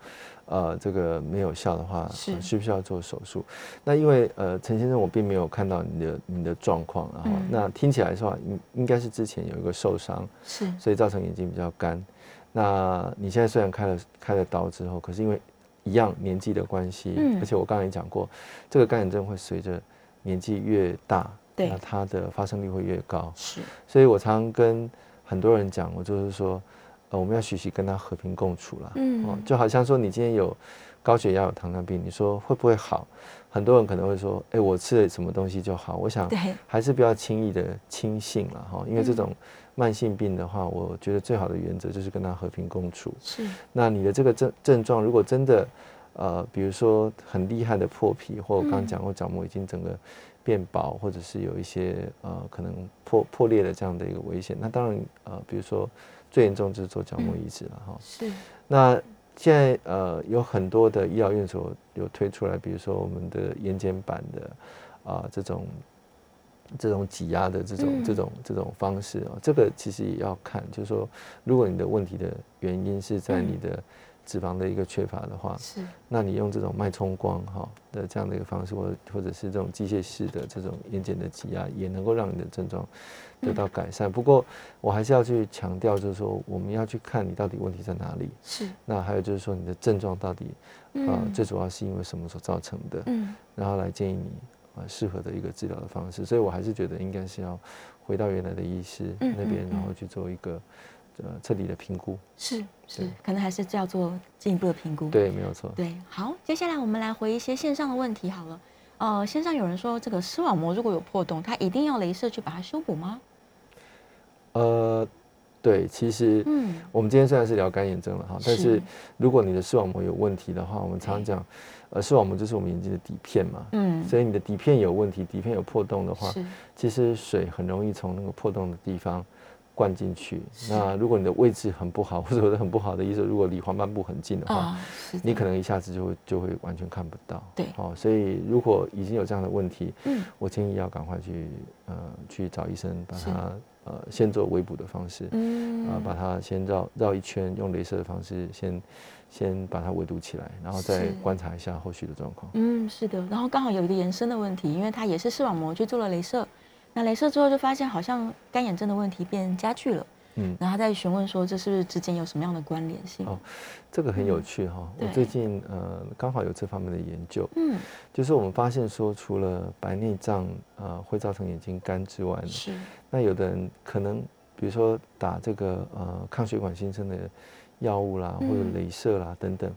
S3: 呃，这个没有效的话，
S2: 是
S3: 呃需不需要做手术？那因为呃，陈先生，我并没有看到你的你的状况，然后、
S2: 嗯
S3: 那听起来的话，应应该是之前有一个受伤，
S2: 是，
S3: 所以造成眼睛比较干。那你现在虽然开了开了刀之后，可是因为一样年纪的关系，
S2: 嗯
S3: 而且我刚才也讲过，这个干眼症会随着年纪越大，
S2: 对
S3: 那它的发生率会越高。
S2: 是，
S3: 所以我常跟很多人讲，我就是说，呃，我们要学习跟它和平共处啦。
S2: 嗯
S3: 哦，就好像说你今天有高血压、有糖尿病，你说会不会好？很多人可能会说，哎，我吃了什么东西就好。我想
S2: 对，
S3: 还是不要轻易的轻信了哈，因为这种慢性病的话，我觉得最好的原则就是跟它和平共处。
S2: 是，
S3: 那你的这个症症状，如果真的，呃，比如说很厉害的破皮，或我刚刚讲过角膜已经整个变薄，或者是有一些呃可能破破裂的这样的一个危险，那当然呃，比如说最严重就是做角膜移植了哈。
S2: 是，
S3: 那现在呃有很多的医疗院所有推出来，比如说我们的眼睑板的啊、这种这种挤压的这种、
S2: 嗯
S3: 这种这种方式啊、这个其实也要看，就是说如果你的问题的原因是在你的脂肪的一个缺乏的话，
S2: 嗯是
S3: 那你用这种脉冲光哈的这样的一个方式，或或者是这种机械式的这种眼睑的挤压，也能够让你的症状
S2: 嗯
S3: 得到改善。不过我还是要去强调，就是说我们要去看你到底问题在哪里。
S2: 是，
S3: 那还有就是说你的症状到底啊、
S2: 嗯
S3: 最主要是因为什么所造成的，
S2: 嗯
S3: 然后来建议你啊、适合的一个治疗的方式。所以我还是觉得应该是要回到原来的医师
S2: 嗯
S3: 那边
S2: 嗯，
S3: 然后去做一个呃彻底的评估。
S2: 是是
S3: 对，
S2: 可能还是要做进一步的评估。
S3: 对，没有错。
S2: 嗯对，好，接下来我们来回一些线上的问题好了。呃，线上有人说，这个视网膜如果有破洞，它一定要镭射去把它修补吗？
S3: 呃，对，其实
S2: 嗯，
S3: 我们今天虽然是聊干眼症了哈，但
S2: 是
S3: 是如果你的视网膜有问题的话，我们常讲，呃，视网膜就是我们眼睛的底片嘛，
S2: 嗯，
S3: 所以你的底片有问题，底片有破洞的话，
S2: 是
S3: 其实水很容易从那个破洞的地方灌进去。那如果你的位置很不好，或 者说很不好的意思，如果离黄斑部很近的话，
S2: 啊，是的
S3: 你可能一下子就会就会完全看不到。
S2: 对
S3: 哦，所以如果已经有这样的问题，
S2: 嗯
S3: 我建议要赶快去呃去找医生，把
S2: 是
S3: 它呃先做围捕的方式。
S2: 嗯
S3: 啊，把它先绕绕一圈，用镭射的方式先先把它围堵起来，然后再
S2: 是
S3: 观察一下后续的状况。
S2: 嗯，是的。然后刚好有一个延伸的问题，因为它也是视网膜去做了镭射，那镭射之后就发现好像干眼症的问题变加剧了。
S3: 嗯，
S2: 然后他在询问说，这是不是之间有什么样的关联性？
S3: 哦这个很有趣哈、
S2: 嗯对
S3: 我最近呃刚好有这方面的研究，
S2: 嗯，
S3: 就是我们发现说，除了白内障呃会造成眼睛干之外呢，
S2: 是
S3: 那有的人可能比如说打这个呃抗血管新生的药物啦，或者
S2: 嗯
S3: 镭射啦等等，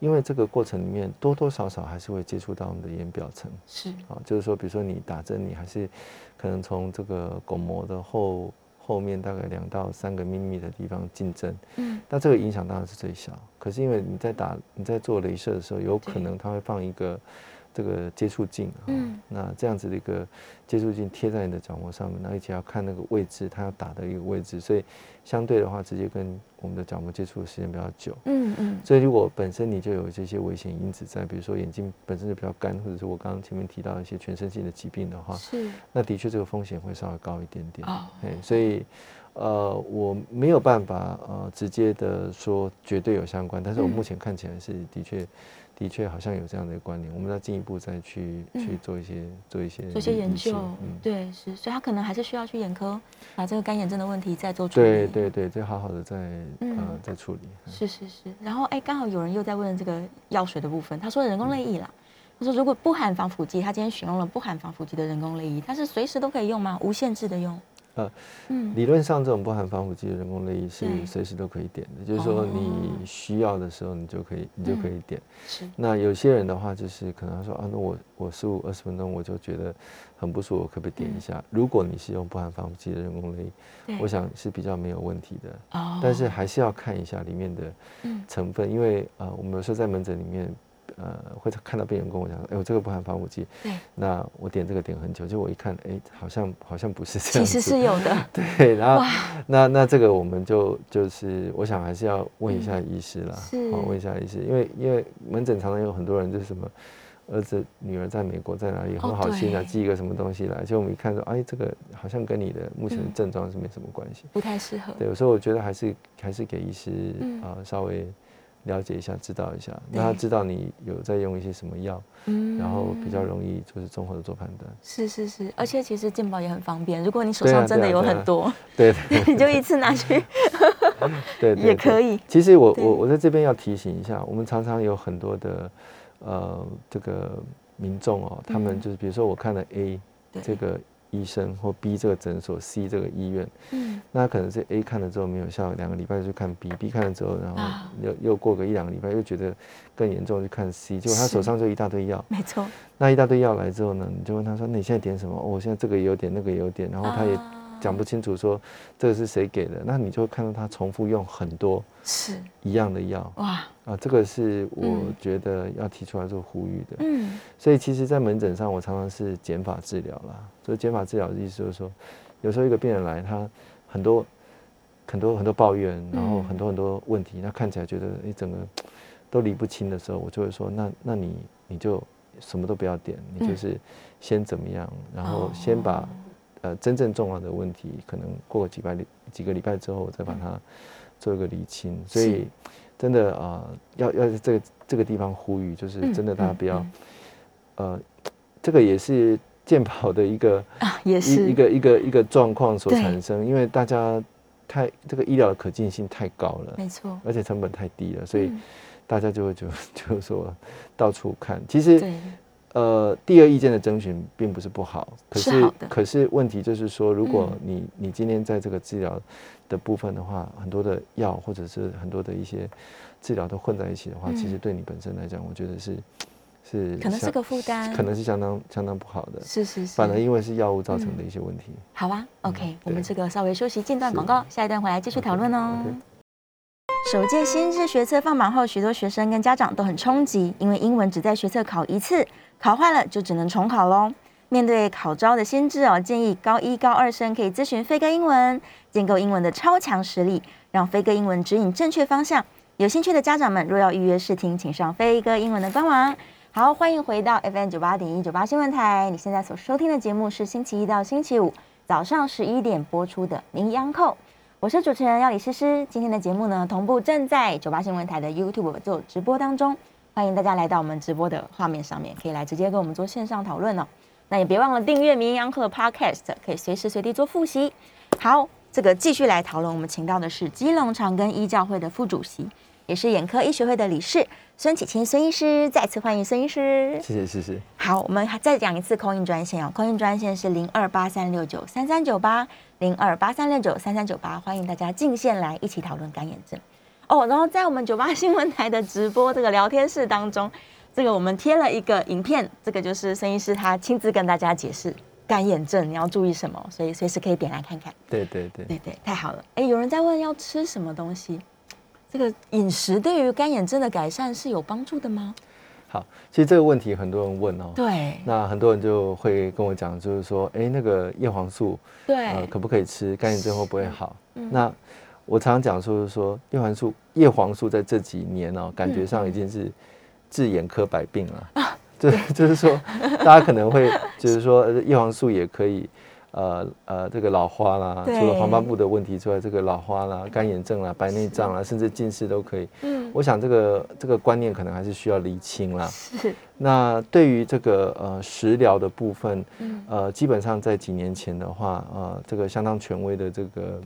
S3: 因为这个过程里面多多少少还是会接触到我们的眼表层。
S2: 是，
S3: 啊，就是说，比如说你打针，你还是可能从这个巩膜的后后面大概两到三个 m 米的地方进针，
S2: 嗯，
S3: 那这个影响当然是最小。可是因为你在打你在做镭射的时候，有可
S2: 对
S3: 能它会放一个这个接触镜，啊
S2: 嗯
S3: 那这样子的一个接触镜贴在你的角膜上面，那而且要看那个位置，它要打的一个位置，所以相对的话，直接跟我们的角膜接触的时间比较久。
S2: 嗯嗯，
S3: 所以如果本身你就有这些危险因子在，比如说眼睛本身就比较干，或者是我刚刚前面提到一些全身性的疾病的话，
S2: 是
S3: 那的确这个风险会稍微高一点点。
S2: 哦
S3: 哎，所以呃，我没有办法呃直接的说绝对有相关，但是我
S2: 嗯
S3: 目前看起来是的确。的确，好像有这样的一个关联，我们要进一步再去、去
S2: 嗯
S3: 做一些做一些
S2: 做一些研
S3: 理性
S2: 究，
S3: 嗯，
S2: 对，是，所以他可能还是需要去眼科把这个干眼症的问题再做处理。
S3: 对对对，再好好的再、呃
S2: 嗯
S3: 再处理。嗯
S2: 是是是，然后哎，刚好有人又在问这个药水的部分，他说人工泪液啦，他说如果不含防腐剂，他今天选用了不含防腐剂的人工泪液，它是随时都可以用吗？无限制的用？
S3: 呃，
S2: 嗯，
S3: 理论上，这种不含防腐剂的人工泪液是
S2: 对
S3: 随时都可以点的，就是说
S2: 哦
S3: 你需要的时候，你就可以，你就可以点。
S2: 是
S3: 那有些人的话，就是可能他说啊，那我我十五二十分钟我就觉得很不舒服，我可不可以点一下？
S2: 嗯
S3: 如果你是用不含防腐剂的人工泪
S2: 对
S3: 液，我想是比较没有问题的。
S2: 嗯哦
S3: 但是还是要看一下里面的
S2: 嗯
S3: 成分，因为呃，我们有时候在门诊里面，呃，会看到病人跟我讲说，哎，我这个不含防腐剂，
S2: 对，
S3: 那我点这个点很久，就我一看，哎，好像好像不是这
S2: 其
S3: 样
S2: 实
S3: 子。
S2: 是有的，
S3: 对，然后那那这个我们就就是，我想还是要问一下医师啦，
S2: 嗯
S3: 哦
S2: 是
S3: 问一下医师，因为因为门诊常常有很多人就是什么。儿子、女儿在美国在哪里？
S2: 哦
S3: 很好心啊，
S2: 对
S3: 寄一个什么东西来，结果我们一看说，哎，这个好像跟你的目前的
S2: 嗯
S3: 症状是没什么关系。
S2: 不太适合。
S3: 对，有时候我觉得还是还是给医师
S2: 嗯
S3: 啊、呃稍微了解一下，知道一下，
S2: 对
S3: 那他知道你有在用一些什么药，
S2: 嗯
S3: 然后比较容易就是综合的做判断。
S2: 是是是，而且其实健保也很方便，如果你手
S3: 对啊
S2: 上真的
S3: 对啊
S2: 有
S3: 对啊
S2: 很多，
S3: 对
S2: 你就一次拿 去
S3: 对对，
S2: 也可
S3: 以。
S2: 以。
S3: 其实我
S2: 对
S3: 我我在这边要提醒一下，我们常常有很多的呃这个民众哦，他们
S2: 嗯
S3: 就是比如说我看了 A
S2: 对
S3: 这个医生或 B 这个诊所，C 这个医院，
S2: 嗯，
S3: 那可能是 A 看了之后没有效，两个礼拜就看 B，B 看了之后，然后
S2: 啊
S3: 又又过个一两个礼拜又觉得更严重，就看 C，结果他
S2: 是
S3: 手上就一大堆药，
S2: 没错。
S3: 那一大堆药来之后呢，你就问他说，那你现在点什么？哦，我现在这个也有点，那个也有点，然后他也
S2: 啊
S3: 讲不清楚说这个是谁给的，那你就会看到他重复用很多
S2: 是
S3: 一样的药
S2: 哇，
S3: 啊，这个是我
S2: 嗯
S3: 觉得要提出来做呼吁的。
S2: 嗯
S3: 所以其实，在门诊上，我常常是减法治疗啦。所以减法治疗的意思就是说，有时候一个病人来，他很多很多很多抱怨，然后
S2: 嗯
S3: 很多很多问题，他看起来觉得一整个都理不清的时候，我就会说，那那你你就什么都不要点，你
S2: 嗯
S3: 就是先怎么样，然后
S2: 哦
S3: 先把、呃真正重要的问题，可能过几百几个礼拜之后，我再把它做一个理清。所以真的啊、呃要要在这个这个地方呼吁，就是
S2: 嗯
S3: 真的大家
S2: 嗯
S3: 不要，
S2: 嗯
S3: 呃，这个也是健保的一个
S2: 啊， 也
S3: 一
S2: 是
S3: 一个一个一个状况所
S2: 对
S3: 产生，因为大家太这个医疗的可进性太高了，
S2: 没错，
S3: 而且成本太低了，所以
S2: 嗯
S3: 大家就会就 就说到处看。其实
S2: 对，
S3: 呃，第二意见的征询并不是不好，可
S2: 是
S3: 是
S2: 好的
S3: 可是问题就是说，如果
S2: 嗯
S3: 你、你今天在这个治疗的部分的话，很多的药或者是很多的一些治疗都混在一起的话，
S2: 嗯
S3: 其实对你本身来讲，我觉得是是
S2: 可能是
S3: 相
S2: 个负担
S3: 可能是相当相当不好的。
S2: 嗯是嗯是是，
S3: 反而因为是药物造成的一些问题。
S2: 好啊，OK，、我们
S3: 对
S2: 这个稍微休息，间段
S3: 是
S2: 广告，下一段回来继续讨论哦。
S3: OK，OK
S2: 首届新制学测放榜后，许多学生跟家长都很冲击，因为英文只在学测考一次，考坏了就只能重考喽。面对考招的新制哦，建议高一、高二生可以咨询飞哥英文，建构英文的超强实力，让飞哥英文指引正确方向。有兴趣的家长们，若要预约试听，请上飞哥英文的官网。好，欢迎回到 FM 九八点一九八新闻台。你现在所收听的节目是星期一到星期五早上十一点播出的《名央扣》，我是主持人要李诗诗。今天的节目呢，同步正在九八新闻台的 YouTube 做直播当中，欢迎大家来到我们直播的画面上面，可以来直接跟我们做线上讨论哦。那也别忘了订阅《名央课》的 Podcast，可以随时随地做复习。好，这个继续来讨论，我们请到的是基隆长庚医教会的副主席，也是眼科医学会的理事孙启清孙医师，再次欢迎孙医师。
S3: 谢谢谢谢。
S2: 好，我们还再讲一次空运专线哦，空运专线是零二八三六九三三九八零二八三六九三三九八，欢迎大家进线来一起讨论干眼症。哦，然后在我们九八新闻台的直播这个聊天室当中，这个我们贴了一个影片，这个就是孙医师他亲自跟大家解释干眼症你要注意什么，所以随时可以点来看看。
S3: 对对对，
S2: 对对，太好了。哎，有人在问要吃什么东西，这个饮食对于干眼症的改善是有帮助的吗？
S3: 好，其实这个问题很多人问哦。
S2: 对
S3: 那很多人就会跟我讲，就是说，哎，那个叶黄素，呃，
S2: 对，嗯
S3: 可不可以吃？干眼症会不会好？那我常常讲说，就是说叶黄素，叶黄素在这几年哦，感
S2: 嗯
S3: 觉上已经是治眼科百病了。 就就是说，大家可能会就是说，呃叶黄素也可以，呃呃，这个老花啦，除
S2: 对
S3: 了黄斑部的问题之外，这个老花啦、干眼症啦、白内障啦，甚至近视都可以。
S2: 嗯，
S3: 我想这个这个观念可能还是需要厘清啦。
S2: 是，
S3: 那对于这个呃食疗的部分，
S2: 嗯
S3: 呃，基本上在几年前的话，呃，这个相当权威的这个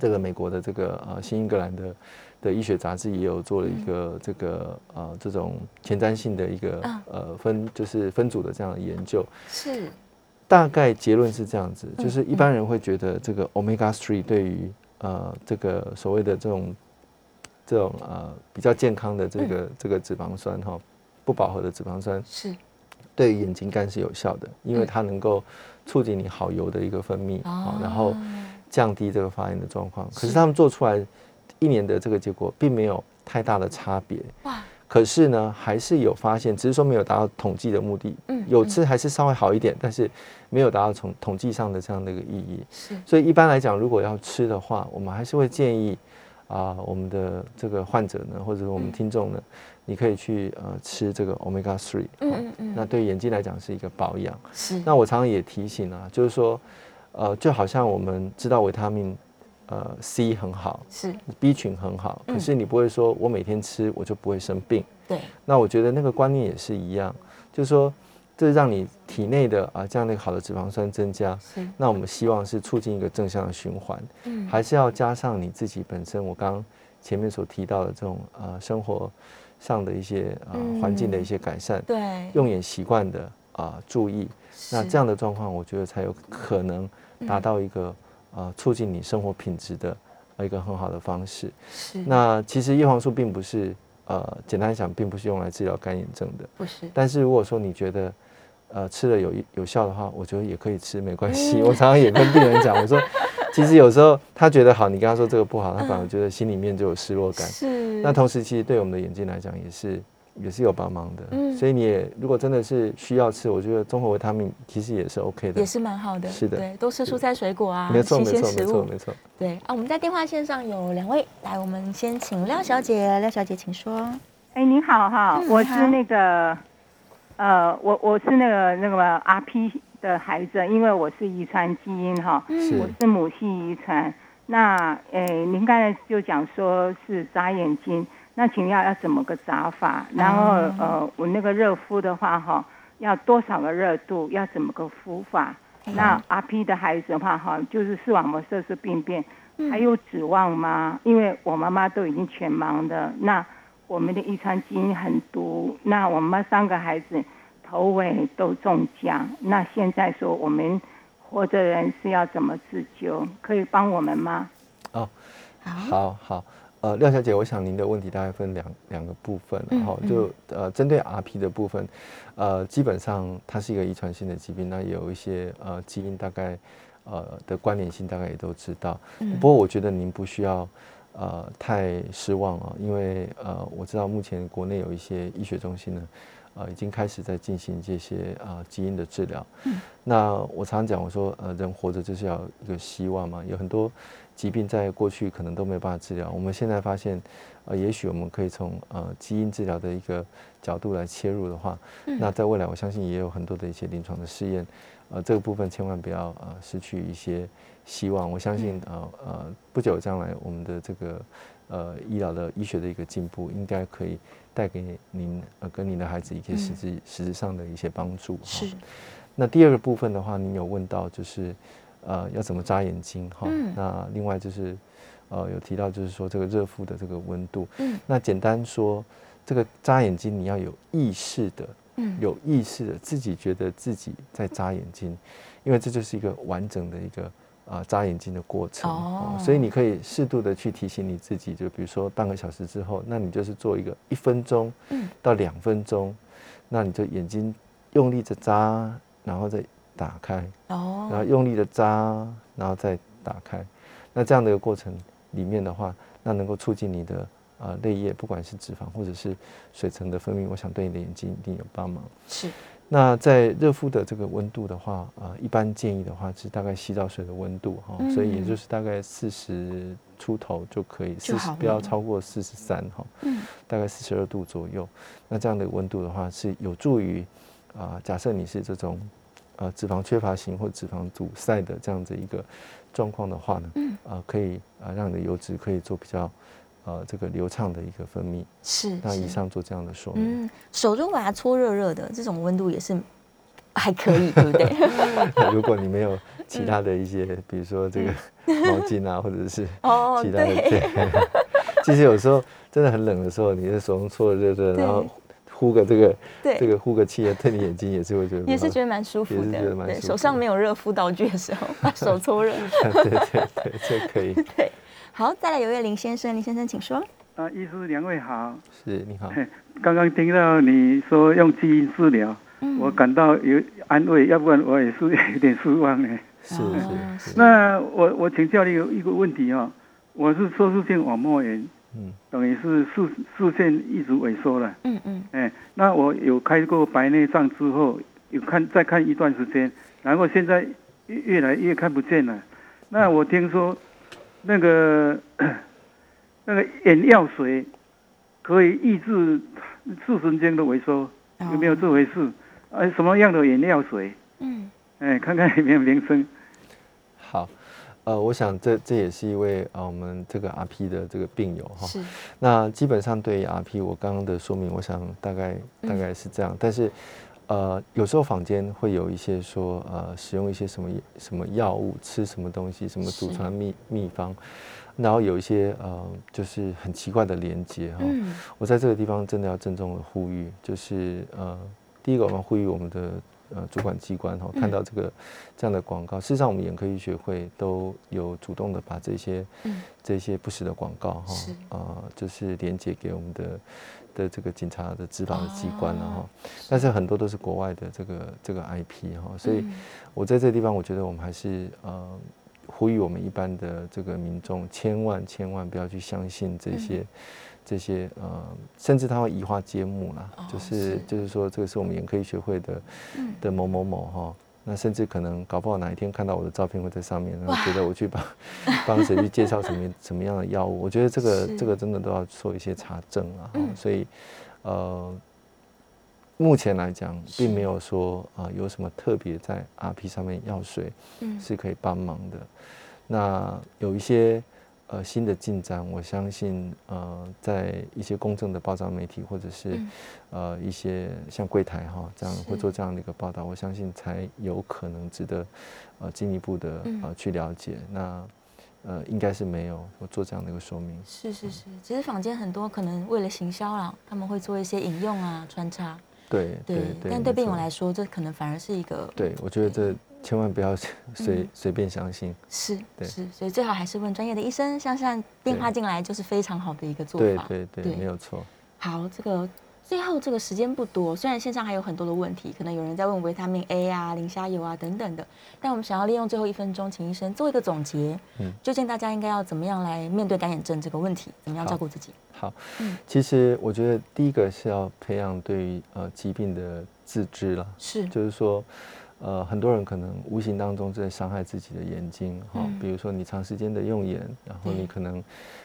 S3: 这个美国的这个呃新英格兰的的医学杂志也有做了一个这个呃这种前瞻性的一个
S2: 嗯
S3: 呃分就是分组的这样的研究，
S2: 是，
S3: 大概结论是这样子，
S2: 嗯
S3: 就是一般人会觉得这个 omega three 对于呃这个所谓的这种这种呃比较健康的这个、这个脂肪酸哈、不饱和的脂肪酸
S2: 嗯是
S3: 对眼睛肝是有效的，因为
S2: 嗯啊
S3: 它能够促进你好油的一个分泌，好、然后降低这个发炎的状况。可
S2: 是
S3: 是他们做出来一年的这个结果并没有太大的差别，
S2: 哇，
S3: 可是呢，还是有发现，只是说没有达到统计的目的。
S2: 嗯
S3: 有吃还是稍微好一点，但是没有达到从统计上的这样的一个意义。
S2: 是
S3: 所以一般来讲，如果要吃的话，我们还是会建议啊、我们的这个患者呢，或者是我
S2: 嗯
S3: 们听众呢，你可以去呃吃这个 omega three、
S2: 嗯
S3: 哦
S2: 嗯嗯
S3: 那对眼睛来讲是一个保养。
S2: 是，
S3: 那我常常也提醒啊，就是说，呃，就好像我们知道维他命呃 C 很好
S2: 是，
S3: ，B 群很好，
S2: 嗯
S3: 可是你不会说我每天吃我就不会生病。
S2: 对，
S3: 那我觉得那个观念也是一样，就是说，这让你体内的啊这样的一个好的脂肪酸增加，
S2: 是，
S3: 那我们希望是促进一个正向的循环，
S2: 嗯
S3: 还是要加上你自己本身，我刚刚前面所提到的这种呃生活上的一些呃环境的一些改善，
S2: 对，
S3: 用眼习惯的啊、注意，那这样的状况，我觉得才有可能达到一个、呃促进你生活品质的呃一个很好的方式。
S2: 是，
S3: 那其实叶黄素并不是呃简单讲，并不是用来治疗干眼症的。
S2: 不是，
S3: 但是如果说你觉得呃吃了有有效的话，我觉得也可以吃，没关 系。我常常也跟病人讲，我说其实有时候他觉得好，你跟他说这个不好，他反而觉得心里面就有失落感。
S2: 是，
S3: 那同时，其实对我们的眼睛来讲，也是也是有帮忙的。
S2: 嗯
S3: 所以你也如果真的是需要吃，我觉得综合维他命其实也是 OK 的。
S2: 也是蛮好的，
S3: 是的
S2: 对，多吃
S3: 是
S2: 蔬菜水果啊，
S3: 没错，
S2: 新鲜
S3: 没错，
S2: 食
S3: 没错，
S2: 物，
S3: 没错。
S2: 对啊，我们在电话线上有两位，来，我们先请廖小姐，廖小姐请说，
S6: 哎，你好哈，
S2: 嗯
S6: 我
S2: 你好
S6: 是那个，呃，我我是那个那个
S2: 嗯
S6: RP 的孩子，因为我是遗传基因哈，
S3: 是
S6: 我是母系遗传。那诶，您刚才就讲说是眨眼睛，那请要要怎么个眨法？然后呃，我那个热敷的话哈，要多少个热度？要怎么个敷法？那 RP 的孩子的话哈，就是视网膜色素病变，还有指望吗？因为我妈妈都已经全盲的，那我们的遗传基因很毒，那我们三个孩子头尾都中奖，那现在说我们活着人是要怎么自救？可以帮我们吗？
S3: 好好，呃，廖小姐，我想您的问题大概分两两个部分，然后就呃，针对 RP 的部分，呃，基本上它是一个遗传性的疾病，那也有一些呃基因大概呃的关联性，大概也都知道。不过我觉得您不需要呃太失望啊、因为呃我知道目前国内有一些医学中心呢。呃，已经开始在进行这些呃基因的治疗。那我常常讲，我说呃，人活着就是要有一个希望嘛。有很多疾病在过去可能都没有办法治疗，我们现在发现，呃，也许我们可以从呃基因治疗的一个角度来切入的话，那在未来我相信也有很多的一些临床的试验，呃，这个部分千万不要呃失去一些希望。我相信呃呃不久将来我们的这个呃医疗的医学的一个进步，应该可以带给您呃跟您的孩子一些实质实质上的一些帮助。是。那第二个部分的话，您有问到就是，呃，要怎么扎眼睛哈、那另外就是，呃，有提到就是说这个热敷的这个温度。嗯。那简单说，这个扎眼睛你要有意识的，嗯，有意识的自己觉得自己在扎眼睛，因为这就是一个完整的一个。啊，扎眼睛的过程、哦所以你可以适度的去提醒你自己，就比如说半个小时之后，那你就是做一个一分钟到两分钟，那你就眼睛用力的扎，然后再打开，哦，然后用力的扎，然后再打开。那这样的一个过程里面的话，那能够促进你的呃泪液，不管是脂肪或者是水层的分泌，我想对你的眼睛一定有帮忙。
S7: 是，
S3: 那在热敷的这个温度的话，呃，一般建议的话是大概洗澡水的温度哈、
S7: 嗯
S3: 所以也就是大概四十出头就可以，
S7: 就
S3: 四
S7: 好
S3: 十
S7: 了嗯
S3: 不要超过四十三哈，大概四十二度左右。那这样的温度的话是有助于啊、假设你是这种呃脂肪缺乏型或脂肪阻塞的这样子一个状况的话呢，
S7: 嗯
S3: 啊，可以啊、呃让你的油脂可以做比较呃这个流畅的一个分泌。
S7: 是，
S3: 那以
S7: 是
S3: 上做这样的说明。
S7: 嗯，手中把它搓热热的，这种温度也是还可 以，对不对？
S3: 如果你没 有
S7: 嗯
S3: 其他的一些，比如说这个毛巾啊，或者是
S7: 哦
S3: 其他的，
S7: 对
S3: 对。 其实有时候真的很冷的时候，你的手搓热热，
S7: 对
S3: 然后呼个这个
S7: 对
S3: 这个呼个气，对你眼睛也是会觉得
S7: 也是觉
S3: 得
S7: 得蛮舒服
S3: 也是觉
S7: 的
S3: 得，蛮
S7: 对，
S3: 舒
S7: 手
S3: 服
S7: 上
S3: 的
S7: 没有热敷道具的时候，把手搓 热。
S3: 对对对，这可以
S7: 对，好，再来有位林先生，林先生请说。
S8: 啊，医师两位好，
S3: 是 你好，
S8: 刚刚听到你说用基因治疗，嗯我感到有安慰，要不然我也是有点失望呢。
S3: 是
S7: 哦
S3: 是是，
S8: 那我我请教你有一个问题哦，我是收缩性网膜炎，
S3: 嗯
S8: 等于是视视线一直萎缩了，
S7: 嗯嗯，
S8: 哎，那我有开过白内障之后，有看再看一段时间，然后现在越越来越看不见了。那我听说那个那个眼药水可以抑制视神经的萎缩，有没有这回事？哎，什么样的眼药水？
S7: 嗯，
S8: 哎，看看有没有名声。
S3: 好。呃，我想这这也是一位啊、呃我们这个 RP 的这个病友哈，
S7: 是，
S3: 那基本上对于 RP，我刚刚的说明，我想大概大概是这样。但是，呃，有时候坊间会有一些说，呃，使用一些什么什么药物，吃什么东西，什么祖传秘秘方，然后有一些呃，就是很奇怪的连接哈、我在这个地方真的要郑重的呼吁，就是呃，第一个我们呼吁我们的呃主管机关哈、看到这个这样的广告，事实上我们眼科医学会都有主动的把这些、这些不实的广告哈
S7: 是
S3: 啊、呃就是连接给我们的的这个警察的执法的机关然后、但哦是嗯很多都是国外的这个这个 IP 哈、所以我在这个地方，我觉得我们还是呃。呼吁我们一般的这个民众，千万千万不要去相信这些、这些呃，甚至他会移花接木啦，哦就是嗯就是说，这个是我们眼科医学会的、的某某某哈。那甚至可能搞不好哪一天看到我的照片会在上面，然后觉得我去帮 帮谁去介绍什么什么样的药物，我觉得这个这个真的都要做一些查证啊。哈所以呃，目前来讲，并没有
S2: 嗯
S3: 说啊、呃有什么特别在 RP 上面药水是可以帮忙的。那有一些呃新的进展，我相信呃在一些公正的报章媒体或者是、
S2: 嗯
S3: 呃一些像柜台哈、这样会做这样的一个报道，我相信才有可能值得呃进一步的
S2: 嗯
S3: 呃去了解。那呃应该是没有我做这样的一个说明。
S2: 是是是，其实坊间很多可能为了行销啦，他们会做一些引用啊、穿插，
S3: 对
S2: 对。
S3: 对，
S2: 但对
S3: 没
S2: 病友
S3: 错
S2: 来说，这可能反而是一个
S3: 对，我觉得这千万不要
S2: 嗯
S3: 随随便相信。
S2: 是
S3: 对
S2: 是，所以最好还是问专业的医生。像像电话进来就是非常好的一个做
S3: 对
S2: 法。
S3: 对对，没有错。
S2: 好，这个最后这个时间不多，虽然线上还有很多的问题，可能有人在问维他命 A 啊、磷虾油啊等等的，但我们想要利用最后一分钟，请医生做一个总结。
S3: 嗯
S2: 究竟大家应该要怎么样来面对干眼症这个问题？怎么样照顾自己？
S3: 好
S2: 嗯，
S3: 其实我觉得第一个是要培养对于呃疾病的自知啦，
S2: 是
S3: 就是说，呃，很多人可能无形当中在伤害自己的眼睛哈、
S2: 嗯
S3: 比如说你长时间的用眼，然后
S2: 对
S3: 你可能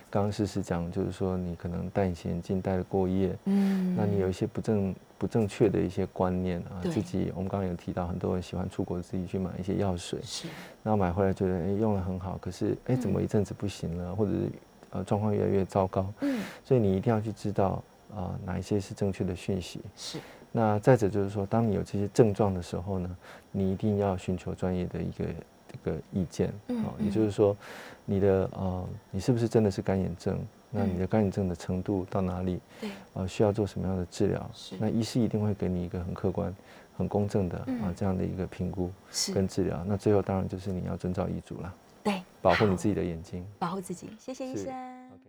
S3: 刚刚诗诗讲，就是说你可能戴隐形眼镜戴了过夜，
S2: 嗯
S3: 那你有一些不正不正确的一些观念啊，
S2: 对
S3: 自己我们刚刚有提到，很多人喜欢出国自己去买一些药水，
S2: 是嗯
S3: 那买回来觉得哎用了很好，可是哎怎么一阵子不行了，或者是呃状况越来越糟糕，
S2: 嗯
S3: 所以你一定要去知道啊、呃哪一些是正确的讯息。
S2: 是
S3: 那再者就是说，当你有这些症状的时候呢，你一定要寻求专业的一个这个意见
S2: 嗯
S3: 哦，
S2: 嗯
S3: 也就是说，你的呃你是不是真的是干眼症？那
S2: 嗯
S3: 你的干眼症的程度到哪里？
S2: 对
S3: 呃，需要做什么样的治疗
S2: 是？
S3: 那医师一定会给你一个很客观、很公正的啊、
S2: 嗯
S3: 这样的一个评估
S2: 是
S3: 跟，治疗。那最后当然就是你要遵照医嘱啦，
S2: 对，
S3: 保护你
S2: 好
S3: 自己的眼睛。
S2: 保护自己。谢谢医
S3: 是
S2: 生。